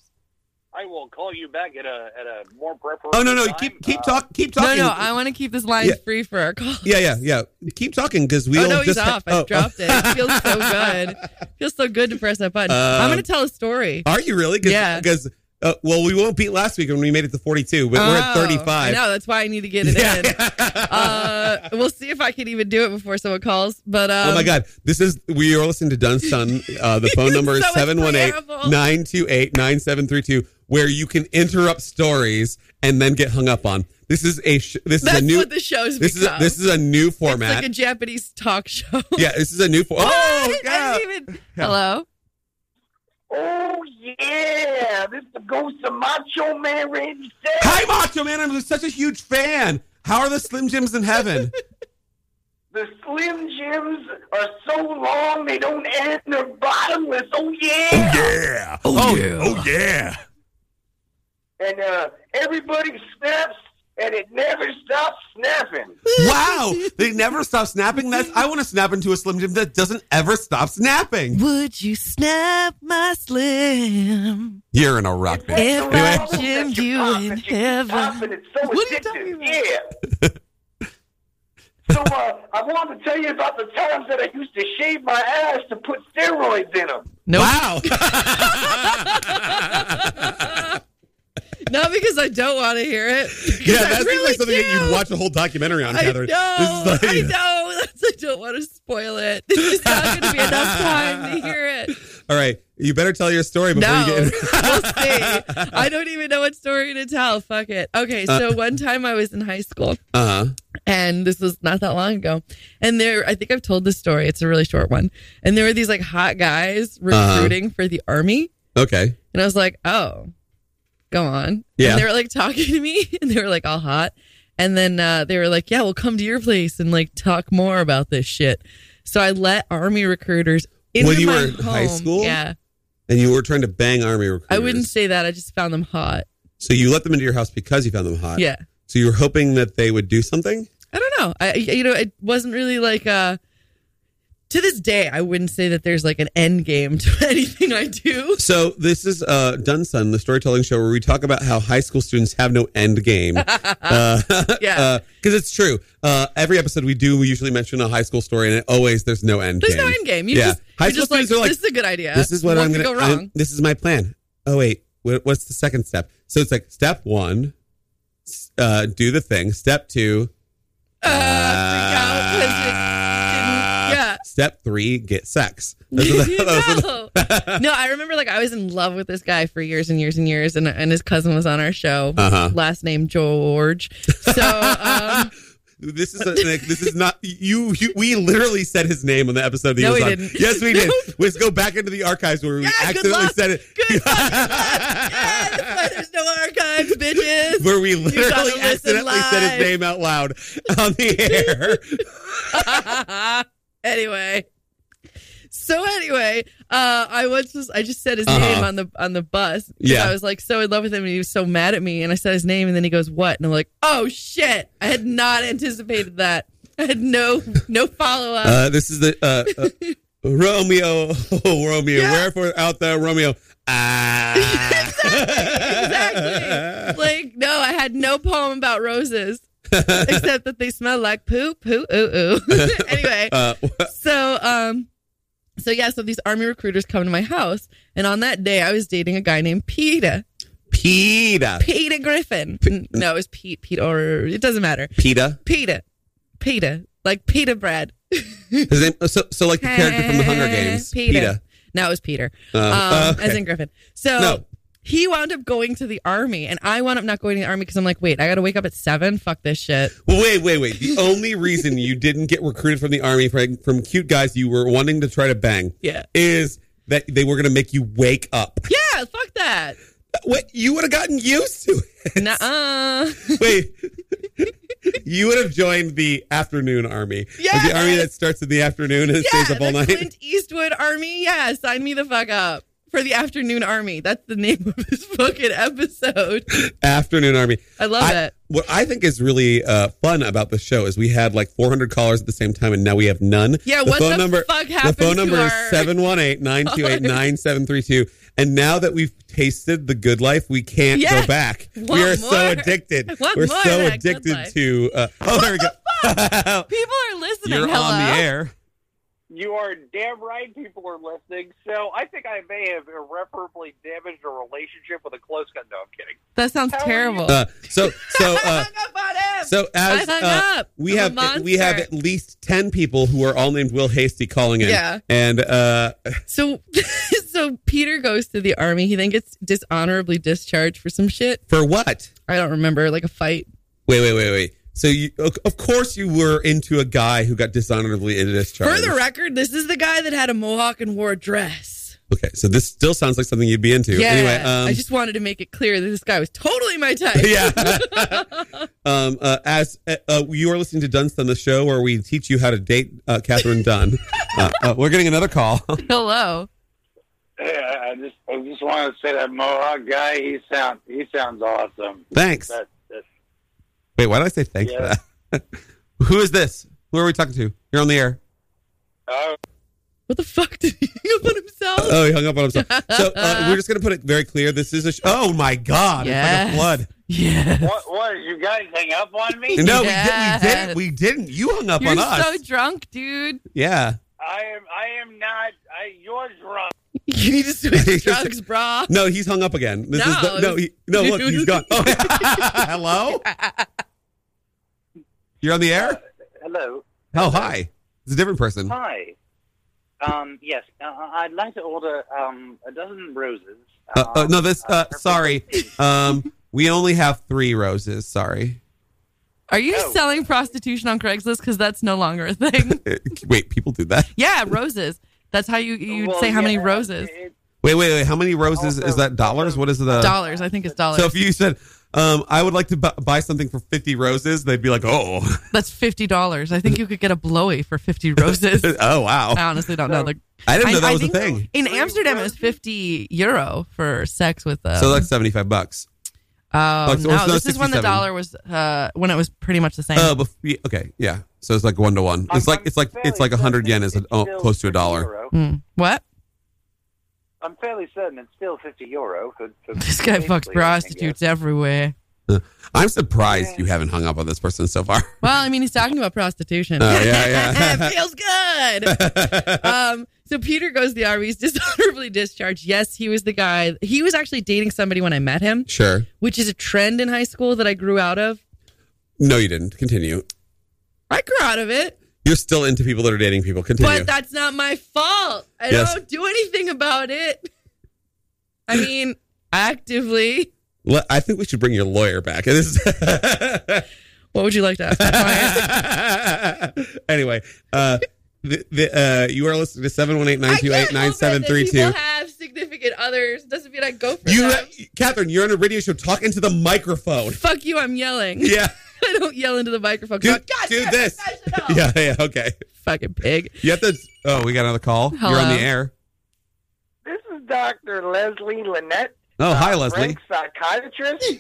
I will call you back at a at a more preferable. Oh, no no! time. Keep keep Uh, talk keep No, talking. no, I want to keep this line Yeah. free for our call. yeah yeah yeah. Keep talking because we oh all no, he's just off. I oh, oh. dropped it. It feels so good. It feels so good to press that button. Uh, I'm gonna tell a story. Are you really? Cause, Yeah. Because Uh, well, we won't beat last week when we made it to 42, but we're at Oh, 35. I know. That's why I need to get it in. Uh, we'll see if I can even do it before someone calls. But um, oh my God. This is, we are listening to Dunstan. Uh, the phone number is So it's 718 terrible. 928 9732, where you can interrupt stories and then get hung up on. This is a, sh- this is that's a new, what the show's this is, a, become. this is a new it's format. like a Japanese talk show. yeah, this is a new, for- oh, What? yeah. I didn't even- Hello. Oh yeah, this is the ghost of Macho Man Randy Savage. Hi, Macho Man. I'm such a huge fan. How are the Slim Jims in heaven? The Slim Jims are so long they don't end. They're bottomless. Oh yeah. yeah. Oh, yeah. Oh, yeah. And uh, everybody snaps, and it never stops snapping. Wow. They never stop snapping. That's I want to snap into a Slim Jim that doesn't ever stop snapping. Would you snap my slim? You're in a rock band. If It's I so gymmed that you pop in that can stop, heaven. and it's so What are you addictive. talking about? Yeah. so uh, I wanted to tell you about the times that I used to shave my ass to put steroids in them. Nope. Wow. Not because I don't want to hear it. yeah, I that seems really like something that do. you'd watch a whole documentary on, I know. Catherine. This I is like, know. That's, I don't want to spoil it. There's just not going to be enough time to hear it. All right. You better tell your story before No, you we'll see. get I don't even know what story to tell. Fuck it. Okay, so one time I was in high school, Uh huh. and this was not that long ago. And there, I think I've told this story. It's a really short one. And there were these like hot guys Uh-huh. recruiting for the army, Okay. and I was like, oh, go on. Yeah. And they were like talking to me, and they were like all hot. And then uh, they were like, yeah, we'll come to your place and like talk more about this shit. So I let army recruiters into When you my were in high home. school? Yeah. And you were trying to bang army recruiters. I wouldn't say that. I just found them hot. So you let them into your house because you found them hot. Yeah. So you were hoping that they would do something? I don't know. I you know, it wasn't really like uh to this day I wouldn't say that there's like an end game to anything I do. So this is uh, Dunsun, the storytelling show where we talk about how high school students have no end game. Because Yeah. it's true. Uh, every episode we do, we usually mention a high school story, and it always there's no end. There's game. no end game. You Yeah. just High you're school just like, students are like, this is a good idea. This is what What I'm could gonna. go wrong. I'm- this is my plan. Oh wait, wh- what's the second step? So it's like step one, s- uh, do the thing. Step two, uh, freak out 'cause it Ah. didn't- yeah. uh, Step three, get sex. Those are the- those are the- no. no, I remember like I was in love with this guy for years and years and years, and, and his cousin was on our show, Uh-huh. last name George. So um, This is a, this is not you, you. We literally said his name on the episode that No, he was we on. didn't. Yes, we did. Nope. Let's go back into the archives where we Yeah, good accidentally luck. said it. Good yeah, that's why there's no archives, bitches. Where we gotta literally listen accidentally said live. his name out loud on the air. anyway. So anyway, uh, I once was I just said his Uh-huh. name on the on the bus. 'cause Yeah. I was like so in love with him and he was so mad at me and I said his name and then he goes, What? And I'm like, Oh shit. I had not anticipated that. I had no no follow up. Uh, this is the uh, uh, Romeo, oh, Romeo. Yeah. Wherefore out there, Romeo? Ah. Uh. exactly. Like, no, I had no poem about roses. except that they smell like poo, poo, ooh, ooh. anyway. Uh, so um so yeah so these army recruiters come to my house and on that day i was dating a guy named peta Peta. peta griffin N- no it was pete pete or it doesn't matter Peta. peta peta like pita bread His name. So, so like the character from the Hunger Games. peta no it was peter Um, um, okay. as in griffin so No. He wound up going to the army, and I wound up not going to the army because I'm like, wait, I got to wake up at seven. Fuck this shit. Well, wait, wait, wait. The only reason you didn't get recruited from the army from, from cute guys you were wanting to try to bang Yeah. is that they were going to make you wake up. Yeah, fuck that. What you would have gotten used to. It. Nuh-uh. Wait. you would have joined the afternoon army. Like Yes! the army that starts in the afternoon and yeah, stays up all the night. Clint Eastwood Army. Yeah, sign me the fuck up for the Afternoon Army. That's the name of this fucking episode. afternoon army. I love I- it. What I think is really uh, fun about the show is we had like 400 callers at the same time, and now we have none. Yeah, the what phone the number, fuck The happened phone to number is our- 718 928 9732. And now that we've tasted the good life, we can't Yes. go back. Want we are more. so addicted. want We're more of so that good addicted life. to. Uh, oh, there we go. People are listening. You're Hello. on the air. You are damn right people are listening. So I think I may have irreparably damaged a relationship with a close gun. No, I'm kidding. That sounds How are you? terrible. Uh, so I so uh, hung up on him. so as I hung uh, up. we I'm a have we have at monster. least ten people who are all named Will Hasty calling in. Yeah. and uh, So, so Peter goes to the army. He then gets dishonorably discharged for some shit. for what? I don't remember, like a fight. Wait, wait, wait, wait. So you, of of course, you were into a guy who got dishonorably discharged. For the record, this is the guy that had a mohawk and wore a dress. Okay, so this still sounds like something you'd be into. Yeah, Anyway, um, I just wanted to make it clear that this guy was totally my type. yeah. um, uh, as uh, uh, you are listening to Dunstan the show, where we teach you how to date uh, Catherine Dunn. uh, uh, we're getting another call. Hello. Hey, I I just I just want to say that Mohawk guy. He sound he sounds awesome. Thanks. That, that Wait, why did I say thanks Yeah. for that? Who is this? Who are we talking to? You're on the air. oh, What the fuck did he hang up on himself? Oh, he hung up on himself. So uh, we're just going to put it very clear. This is a. Sh- oh my God! It's like Yes. a flood. yeah. what what you guys hang up on me? No, Yes. we, did, we didn't. We didn't. You hung up You're on us. so drunk, dude. yeah. I am I am not. I you're drunk. You need to switch drugs, brah. No, he's hung up again. This is the, No. no. He, no, look, he's gone. Oh, hello. You're on the Uh, air. Hello. Oh, hi. It's a different person. Hi. Um, yes, uh, I'd like to order um, a dozen roses. Uh, uh, no, this. uh, Uh, sorry. Um, we only have three roses. Sorry. Are you Oh. selling prostitution on Craigslist? Because that's no longer a thing. Uh, Wait, people do that. yeah, roses. That's how you you'd Well, say how many yeah, roses. it- Wait, wait, wait. How many roses is Also- that? Dollars? What is the dollars. I think it's dollars. So if you said, um, I would like to bu- buy something for fifty roses, they'd be like, oh, that's fifty dollars. I think you could get a blowy for fifty roses. oh, wow. I honestly don't know. Like, I didn't know that was a think thing. In Amsterdam, it was fifty euro for sex with a. So that's seventy-five bucks. oh like, so no, it's not this is when the 67. dollar was uh, when it was pretty much the same. Oh, bef- yeah, okay, yeah. So it's like one to Um, one. It's like it's like it's like hundred yen is a, oh, close to a dollar. Hmm. What? I'm fairly certain it's still 50 euro. For, for This guy fucks prostitutes everywhere. I'm surprised you haven't hung up on this person so far. Well, I mean, he's talking about prostitution. Oh, yeah, yeah. it feels good. um, so Peter goes to the army. He's dishonorably discharged. Yes, he was the guy. He was actually dating somebody when I met him, sure. which is a trend in high school that I grew out of. No, you didn't. Continue. I grew out of it, You're still into people that are dating people. Continue. but that's not my fault. I Yes. don't do anything about it. I mean, actively. Le- I think we should bring your lawyer back. This is- What would you like to ask? my client? anyway, uh, the, the, uh, you are listening to seven one eight nine I two eight can't nine help it seven that three two. people have significant others. Doesn't mean I go for You, them. Catherine, you're on a radio show. Talk into the microphone. Fuck you! I'm yelling. Yeah, I don't yell into the microphone. do, God, God, do you're this. professional. Yeah, yeah, okay. Fucking pig. You have to. Oh, we got another call. You're on Hello. the air. This is Dr. Leslie Lynette, Oh, hi, Leslie. Frank's psychiatrist.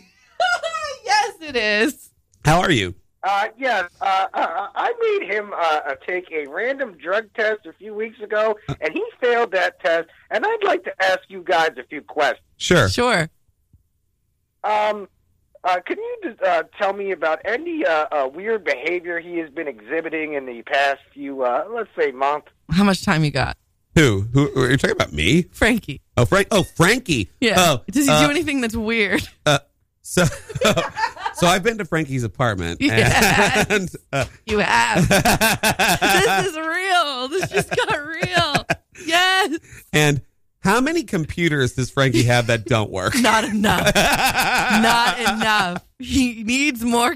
yes, it is. How are you? Uh, yeah, uh, uh, I made him uh, uh, take a random drug test a few weeks ago, Uh. and he failed that test. And I'd like to ask you guys a few questions. Sure. Sure. Um, uh, can you just, uh, tell me about any uh, uh, weird behavior he has been exhibiting in the past few, uh, let's say, month? How much time you got, Who? Who? Are you talking about me? Frankie? Oh, Frank. Oh, Frankie. Yeah. Oh, Does he uh, do anything that's weird? So, so I've been to Frankie's apartment. Yes. And, uh, You have. this is real. This just got real. Yes. and how many computers does Frankie have that don't work? Not enough. Not enough. He needs more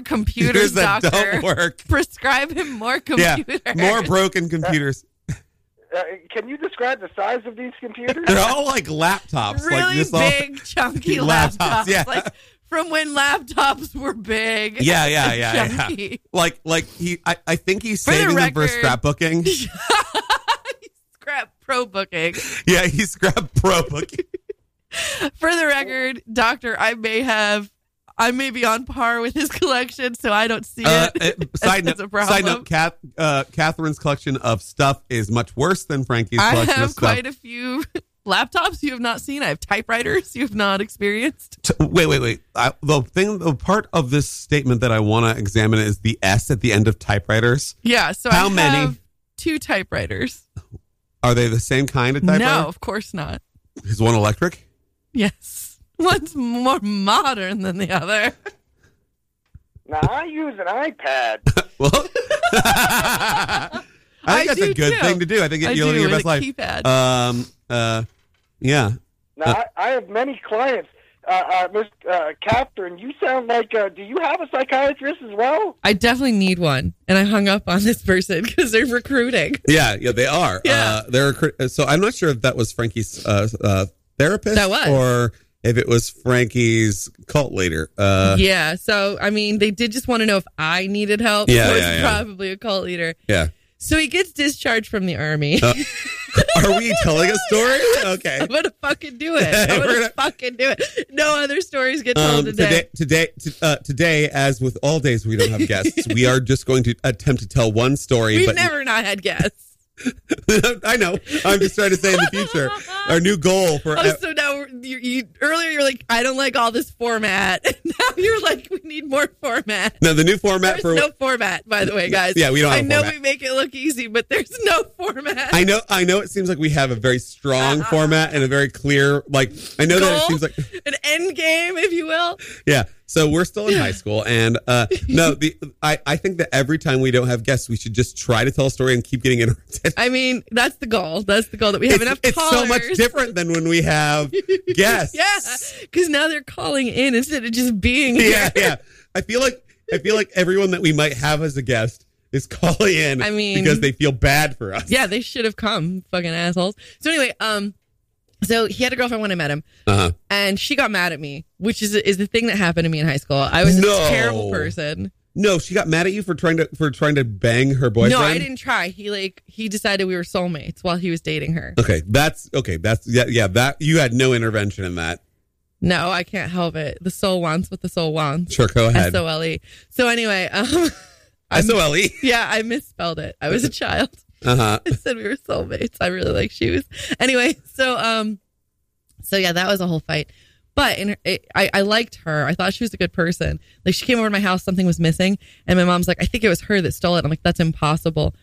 computers computers, that doctor. don't work. Prescribe him more computers. Yeah, more broken computers. Uh, can you describe the size of these computers? They're all like laptops. like really this all. big, chunky Laptops, laptops. yeah. Like from when laptops were big. Yeah, yeah, and yeah, yeah. chunky. Like, like he. I, I think he's For the saving them for record- scrapbooking. Scrap pro booking. yeah, he scrap pro booking. For the record, Doctor, I may have, I may be on par with his collection, so I don't see it. Uh, uh, side That's note, a side problem. note Kath, uh, Catherine's collection of stuff is much worse than Frankie's I collection of have stuff. quite a few laptops you have not seen. I have typewriters you have not experienced. T- wait, wait, wait. I, the thing, the part of this statement that I want to examine is the S at the end of typewriters. Yeah, so How I many? have two typewriters. Are they the same kind of typewriter? No, of course not. Is one electric? Yes. One's more modern than the other. Now I use an iPad. Well, I think I that's do, a good too. thing to do. I think I you're do, living your best with a life. keypad. Um. Uh. Yeah. Now I, I have many clients. Uh, uh, Miss uh, Catherine, you sound like. Uh, do you have a psychiatrist as well? I definitely need one. And I hung up on this person because they're recruiting. Yeah. Yeah. They are. Yeah. Uh, they're. cr- So I'm not sure if that was Frankie's uh, uh, therapist. That was. Or if it was Frankie's cult leader. Uh. yeah. So, I mean, they did just want to know if I needed help. Yeah, I was yeah, yeah. probably a cult leader. Yeah. So he gets discharged from the army. Uh, Are we telling a story? Okay. I'm gonna fucking do it. I'm We're gonna, gonna- fucking do it. No other stories get told Um, today. today, today, t- uh, today, as with all days, we don't have guests. we are just going to attempt to tell one story. We've but never not had guests. I know. I'm just trying to say in the future, our new goal for e, Oh, so now we're- you, you earlier you're like, I don't like all this format. And now you're like, we need more format. now the new format for. There's no format, by the way, guys. Yeah, we don't I have a know format. we make it look easy, but there's no format. I know. I know. It seems like we have a very strong format and a very clear. Like I know that it Uh-huh. Goal? seems like An end game, if you will. yeah. So we're still in high school, and uh, no, the I I think that every time we don't have guests, we should just try to tell a story and keep getting interrupted. I mean, that's the goal. That's the goal that we have it's, enough it's callers. so much different than when we have guests. Yeah, because now they're calling in instead of just being here. yeah, yeah. I feel like I feel like everyone that we might have as a guest is calling in. I mean- because they feel bad for us. Yeah, they should have come, fucking assholes. So anyway, um, so he had a girlfriend when I met him, Uh-huh. and she got mad at me, which is is the thing that happened to me in high school. I was No. a terrible person. No, she got mad at you for trying to for trying to bang her boyfriend. No, I didn't try. He like he decided we were soulmates while he was dating her. Okay, that's okay. That's yeah, yeah. That you had no intervention in that. No, I can't help it. The soul wants what the soul wants. Sure, go ahead. S O L E. So anyway, um, S O L E. yeah, I misspelled it. I was a child. Uh huh. I said we were soulmates. I really like shoes. Anyway, so um, so yeah, that was a whole fight. But in her, it, I, I liked her. I thought she was a good person. Like she came over to my house, something was missing, and my mom's like, "I think it was her that stole it." I'm like, "That's impossible."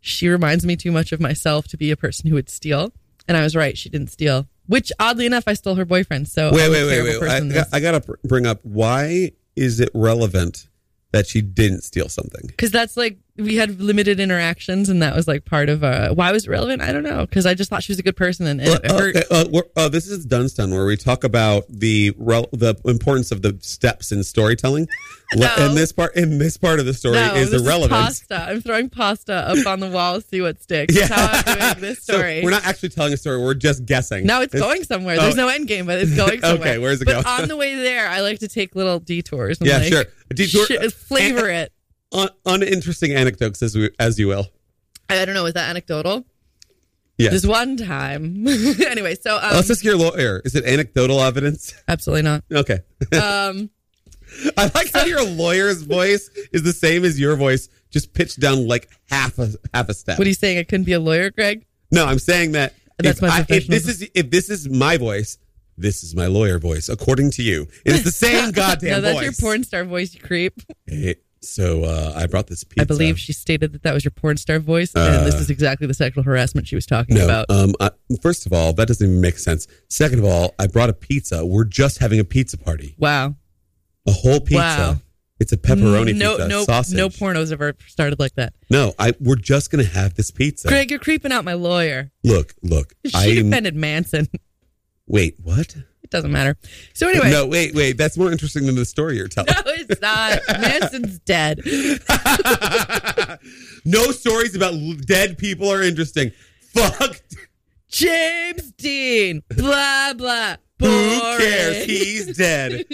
She reminds me too much of myself to be a person who would steal, and I was right. She didn't steal. Which oddly enough, I stole her boyfriend. So Wait, I'm a wait, wait, terrible wait. person I, in got- this. I gotta pr- bring up why is it relevant that she didn't steal something? Because that's like we had limited interactions, and that was like part of uh, why was it relevant? I don't know. Because I just thought she was a good person, and, and it Uh, hurt. okay, uh, we're, uh, this is Dunstan, where we talk about the rel- the importance of the steps in storytelling. Le- No. In this part, in this part of the story, is this the relevance. pasta. I'm throwing pasta up on the wall. See what sticks. That's how I'm doing this So story. we're not actually telling a story; we're just guessing. no, it's, going somewhere. oh. There's no end game, but it's going Okay, somewhere. where's it but going? on the way there, I like to take little detours. I'm Yeah, like, sure. A detour- shit, flavor it. Un- uninteresting anecdotes, as we, as you will. I don't know. Is that anecdotal? Yes. This one time. anyway, so um, Unless it's your lawyer. Is it anecdotal evidence? absolutely not. Okay. Um, I like how your lawyer's voice is the same as your voice, just pitched down like half a half a step. what are you saying? I couldn't be a lawyer, Greg. No, I'm saying that That's if, my I, if professional- this is if this is my voice, this is my lawyer voice, according to you. It's the same goddamn no, that's voice. your porn star voice, you creep. Hey, so uh, I brought this pizza. I believe she stated that that was your porn star voice, and this is exactly the sexual harassment she was talking Uh. no. about. Um, I, first of all, that doesn't even make sense. Second of all, I brought a pizza. We're just having a pizza party, wow. a whole pizza. Wow. It's a pepperoni no, pizza, No, sausage. no pornos ever started like that. No, I. We're just gonna have this pizza. Greg, you're creeping out my lawyer. Look, look. She I'm. defended Manson. Wait, what? It doesn't matter. So anyway, No, wait, wait. That's more interesting than the story you're telling. no, it's not. Manson's dead. no stories about l- dead people are interesting. Fuck. James Dean. Blah blah. Who Boring. cares? He's dead.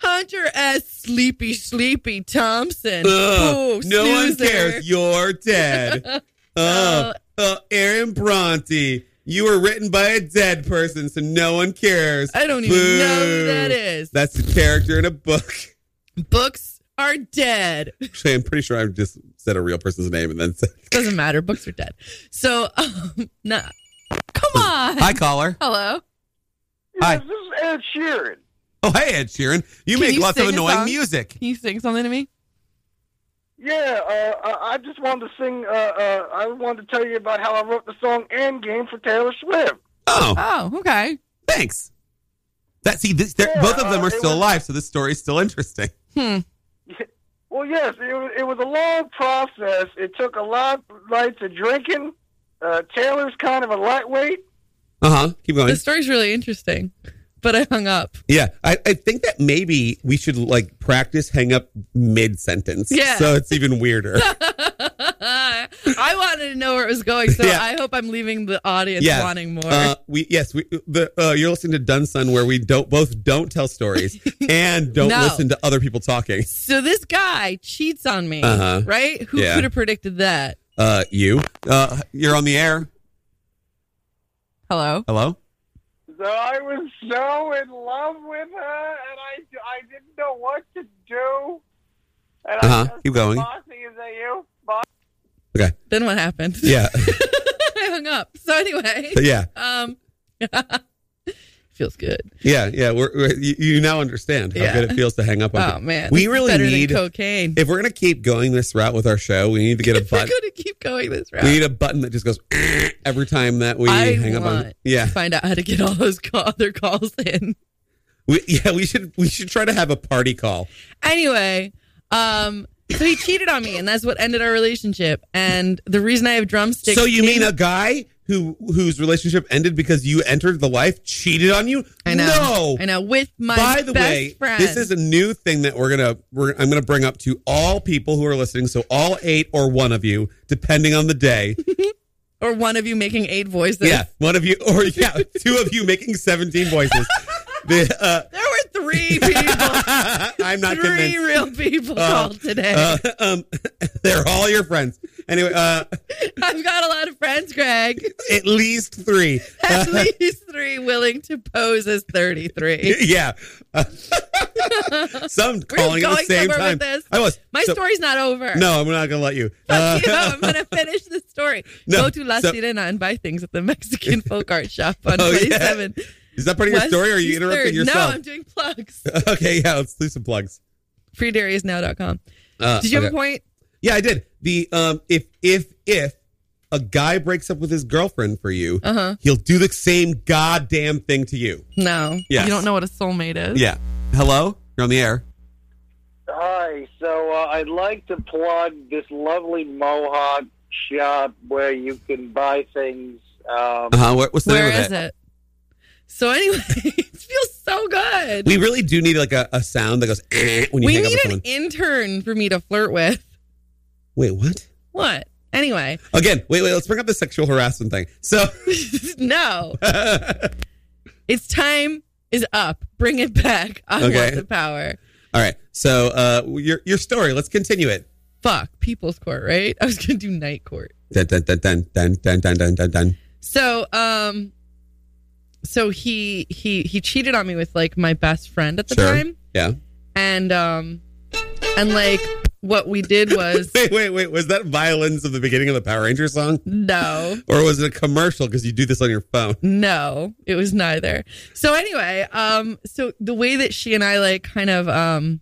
Hunter S. Sleepy Sleepy Thompson. Ugh, Boo, no one snoozer. cares. You're dead. Uh, uh, Aaron Bronte. You were written by a dead person, so no one cares. I don't even Boo. know who that is. That's a character in a book. Books are dead. Actually, I'm pretty sure I just said a real person's name and then said, Doesn't matter. Books are dead. So um, no. Come on. "Hi, caller." Hello. Hi. Yes, this is Ed Sheeran. Oh, hey, Ed Sheeran. You Can make you lots of sing a annoying song? music. Can you sing something to me? Yeah, uh, I I just wanted to sing. Uh, uh, I wanted to tell you about how I wrote the song "End Game" for Taylor Swift. Oh, Oh, okay. thanks. That see, this, they're Yeah, both of them uh, are it still was- alive, so this story is still interesting. Hmm. Well, yes, it was, it was a long process. It took a lot, lights of drinking. Uh, Taylor's kind of a lightweight. Uh huh. Keep going. The story's really interesting, but I hung up. Yeah, I, I think that maybe we should like practice hang up mid sentence. Yeah. So it's even weirder. I wanted to know where it was going, so Yeah. I hope I'm leaving the audience Yes. wanting more. uh, we yes we the uh, you're listening to Dunsun where we don't both don't tell stories and don't No. listen to other people talking. so this guy cheats on me, Uh-huh. right? Who Yeah. could have predicted that? Uh, you uh, you're on the air. Hello. Hello. So I was so in love with her, and I, I didn't know what to do. And Uh huh. Keep going. Bossy, is that you? Then what happened? Yeah. I hung up. So anyway, yeah. um, feels good. Yeah. Yeah. We're, we're you, you now understand how Yeah. good it feels to hang up on. Oh people. man, We this is really better need- than cocaine. If we're gonna keep going this route with our show, we need to get a If we're button. gonna keep going this route. We need a button that just goes every time that we I hang up on. want Yeah. to find out how to get all those call- other calls in. We, yeah, we should we should try to have a party call. Anyway, um, so he cheated on me, and that's what ended our relationship. And the reason I have drumsticks. so you came- mean a guy who whose relationship ended because you entered the life cheated on you? I know. No. I know. With my By the best way, friend. this is a new thing that we're gonna we're, I'm gonna bring up to all people who are listening. So all eight or one of you, depending on the day. or one of you making eight voices. yeah, one of you or yeah, two of you making 17 voices. The, uh, There were three people, I'm not three convinced. real people Uh, called today. Uh, um, they're all your friends. Anyway, uh, I've got a lot of friends, Greg. at least three. At least three willing to pose as 33. yeah. Some We're calling at the going same somewhere time. with this. I was. My So- story's not over. No, I'm not going to let you. Fuck you. Uh, I'm going to finish the story. No, Go to La so- Sirena and buy things at the Mexican folk art shop on Oh, yeah. 27. Is that part of your West story or are you 63rd. interrupting No, yourself? I'm doing plugs. okay, yeah, let's do some plugs. Freedairysnow.com. Uh, Did you have okay. a point? Yeah, I did. The um if if if a guy breaks up with his girlfriend for you, Uh huh. he'll do the same goddamn thing to you. No. Yes. You don't know what a soulmate is. Yeah. Hello? You're on the air. Hi. So uh, I'd like to plug this lovely Mohawk shop where you can buy things. Um, Uh-huh. what- What's the Where name of is it? So anyway, it feels so good. We really do need like a, a sound that goes eh, when you we hang up need with an someone. intern for me to flirt with. Wait, what? What? Anyway, Again, wait, wait, let's bring up the sexual harassment thing. So no. It's time is up. Bring it back. I Okay. want the power. All right. So uh, your your story. Let's continue it. Fuck, people's court, right? I was gonna do night court. Dun, dun, dun, dun, dun, dun, dun, dun, dun, dun. So, um, so he he he cheated on me with like my best friend at the Sure. time, Yeah. and um, and like what we did was Wait, wait, wait. Was that violins of the beginning of the Power Ranger song, no. or was it a commercial? Because you do this on your phone. No, it was neither. So anyway, um, so the way that she and I like kind of um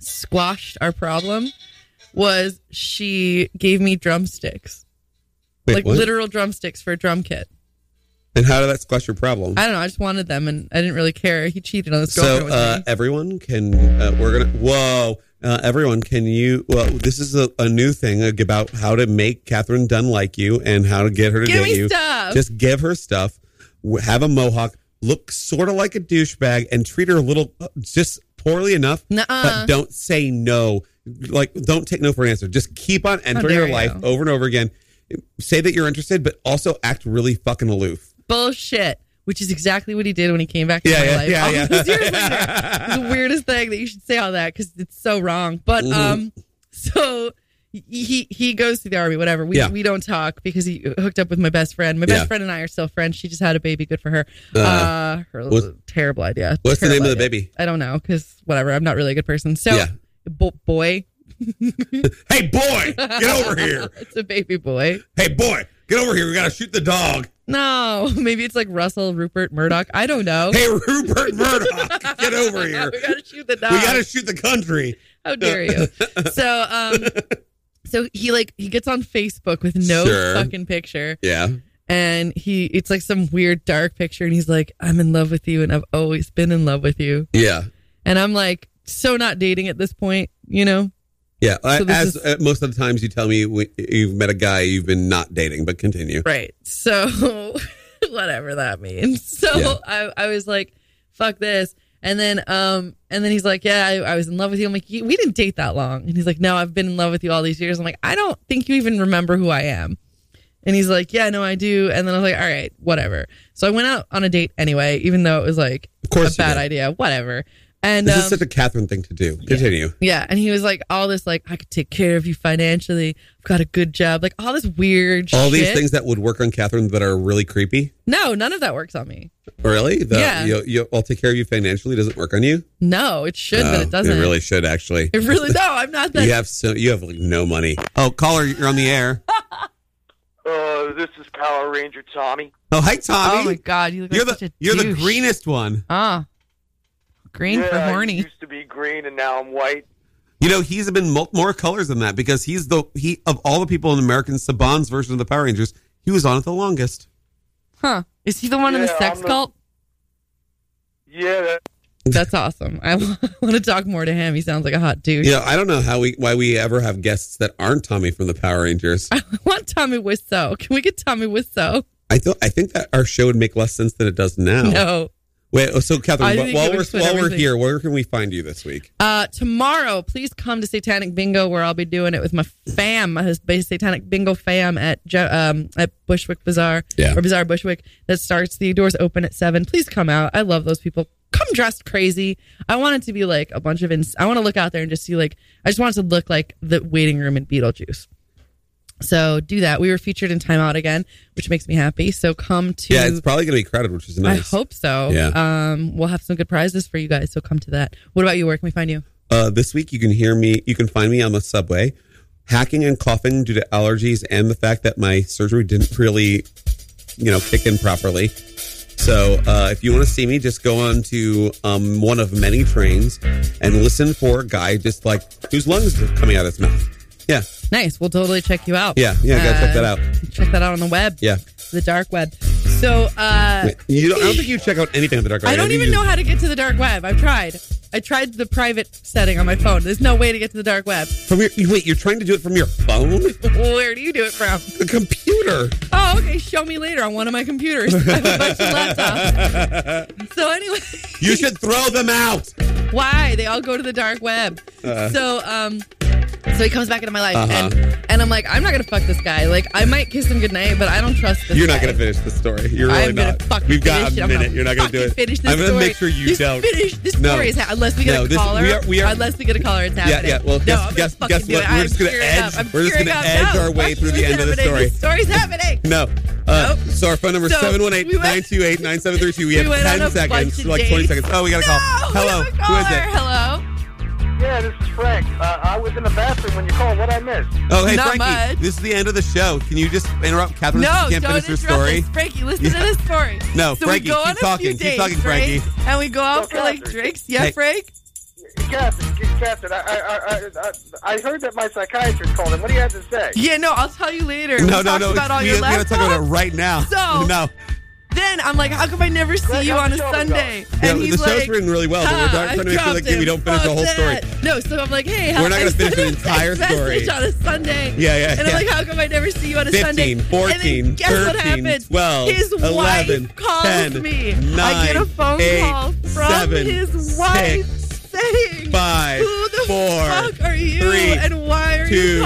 squashed our problem was she gave me drumsticks, Wait, like what? literal drumsticks for a drum kit. And how did that squash your problem? I don't know, I just wanted them, and I didn't really care. He cheated on this girlfriend so with uh, me. everyone can. Uh, we're gonna. Whoa. Uh, everyone, can you? Well, this is a, a new thing uh, about how to make Catherine Dunn like you and how to get her to Give date me you. stuff. Just give her stuff. w- Have a mohawk. Look sort of like a douchebag and treat her a little uh, just poorly enough. Nuh-uh. But don't say no. Like, don't take no for an answer. Just keep on entering dare her life you. over and over again. Say that you're interested, but also act really fucking aloof. Bullshit. Which is exactly what he did when he came back to my life. all those years later. It's the weirdest thing that you should say all that because it's so wrong. Mm-hmm. But um, so he he goes to the army, whatever. We Yeah. we don't talk because he hooked up with my best friend. My best Yeah. friend and I are still friends. She just had a baby. Good for her. Uh, Uh, her what's- terrible idea. What's the name Terrible of the idea. baby? I don't know because whatever. I'm not really a good person. So Yeah. bo- boy, Hey, boy, get over here. it's a baby boy. Hey, boy, get over here. We got to shoot the dog. No, maybe it's like Russell Rupert Murdoch. I don't know. Hey, Rupert Murdoch, get over here. we gotta shoot the dog. We got to shoot the country. How dare you? So um so he like he gets on Facebook with no Sure. fucking picture Yeah. and he it's like some weird dark picture and he's like I'm in love with you and I've always been in love with you. Yeah. And I'm like so not dating at this point, you know? Yeah. I- So this As is- uh, most of the times you tell me we, you've met a guy you've been not dating, but continue. Right. So whatever that means. So Yeah. I, I was like, fuck this. And then um and then he's like, Yeah, I, I was in love with you. I'm like, "You- we didn't date that long. And he's like, No, I've been in love with you all these years. I'm like, I don't think you even remember who I am. And he's like, Yeah, no, I do. And then I was like, All right, whatever. So I went out on a date anyway, even though it was like Of course. a you bad did. idea. Whatever. And This um, is such a Catherine thing to do. Continue. yeah, and he was like all this like I could take care of you financially. I've got a good job. Like all this weird All these shit. things that would work on Catherine that are really creepy. No, none of that works on me. Really? The, Yeah. You, you, I'll take care of you financially. Doesn't work on you. No, it should, No, but it doesn't. It really should actually. It really- no, I'm not that. You have so you have like no money. Oh, caller, you're on the air. Uh, this is Power Ranger Tommy. Oh, hi oh Tommy. my god, you look you're like the such a you're the douche. greenest one. Ah, green for Yeah, I horny. used to be green and now I'm white. You know he's been mul- more colors than that because he's the he of all the people in American Saban's version of the Power Rangers, he was on it the longest. Huh? Is he the one in the Yeah, sex I'm the- cult? Yeah, that, That's awesome. I want to talk more to him. He sounds like a hot dude. Yeah, I don't know how we why we ever have guests that aren't Tommy from the Power Rangers. I want Tommy Wiseau. Can we get Tommy Wiseau? I thought I think that our show would make less sense than it does now. No. Wait, oh, so Catherine, I wh- think while it would we're fit while we're everything. here, where can we find you this week? Uh, tomorrow, please come to Satanic Bingo where I'll be doing it with my fam, my hus- ba- Satanic Bingo fam at Jo- um at Bushwick Bazaar Yeah. or Bazaar Bushwick that starts. The doors open at seven. Please come out. I love those people. Come dressed crazy. I want it to be like a bunch of. Ins- I want to look out there and just see like I just want it to look like the waiting room in Beetlejuice. So do that. We were featured in Time Out again, which makes me happy. So come to. Yeah, it's probably going to be crowded, which is nice. I hope so. Yeah. Um, we'll have some good prizes for you guys. So come to that. What about you? Where can we find you? Uh, this week, you can hear me. You can find me on the subway, hacking and coughing due to allergies and the fact that my surgery didn't really, you know, kick in properly. So, uh, if you want to see me, just go on to um, one of many trains and listen for a guy just like whose lungs are coming out of his mouth. Yeah, Nice. We'll totally check you out. Uh, yeah, yeah. Gotta check that out. Check that out on the web. Yeah, The dark web. So uh, you don't, I don't think you check out anything on the dark. Ride. I don't think even you- know how to get to the dark web. I've tried. I tried the private setting on my phone. There's no way to get to the dark web. From your wait, you're trying to do it from your phone, Where do you do it from? the computer. Oh, okay. Show me later on one of my computers. I have a bunch of laptops. So anyway, You should throw them out. why they all go to the dark web? Uh-huh. so um, so he comes back into my life, and and I'm like, I'm not gonna fuck this guy. Like I might kiss him goodnight, but I don't trust this. You're guy. not going to finish the story. You're really I'm not. gonna fucking We've got finish a it. minute. I'm You're not going to fucking do it. Finish this I'm gonna story. make sure you This don't. Finish this No. story is ha- unless we get No, a this- caller. we are- we are- unless we get a caller, it's Yeah, happening. yeah. Well, no, guess, I'm guess, gonna guess fucking do what? it. We're I'm just going to gearing edge. up. I'm We're just going to gearing up. edge No, our way fuck through you, the it's end of the happening. story. This story's happening. No. Uh, Nope. So our phone number is So, 718 928 9732. We have we went on 10 a seconds, bunch of like 20 dates. seconds. Oh, we got a no, call. Hello. We have a Who caller. is it? Hello. yeah, this is Frank. Uh, I was in the bathroom when you called. What I missed? Oh, hey, Not Frankie. much. This is the end of the show. Can you just interrupt Catherine No, since she don't can't finish her interrupt story? us, Frankie. Listen Yeah. to this story. No, so Frankie, we go keep on a talking. Few Keep dates, talking, right? Frankie. And we go out Go for like Catherine. drinks. Yeah, Hey. Frank. Captain, Captain, I, I, I, I, I heard that my psychiatrist called him. What do you have to say? Yeah, no, I'll tell you later. No, we no, talked no. About all we your got to talk laptops. about it right now. So- no. then I'm like, how come I never see Greg, you how's on a the show been Sunday? going? Yeah, And the he's show's like, doing really well, Oh, but we're "Ah, not trying to make I sure like, dropped we don't finish him. the whole Fuck story. that. No, so I'm like, hey, how We're not I gonna finish sent the a entire text message story. on a Sunday. Yeah, yeah, And I'm yeah. like, how come I never see you on a 15, Sunday? 14, and then guess what 13, happens? 12, his 11, wife calls 10, me. I get a nine, phone eight, call from seven, his wife saying, five, who the four, fuck are you three, and why are two, you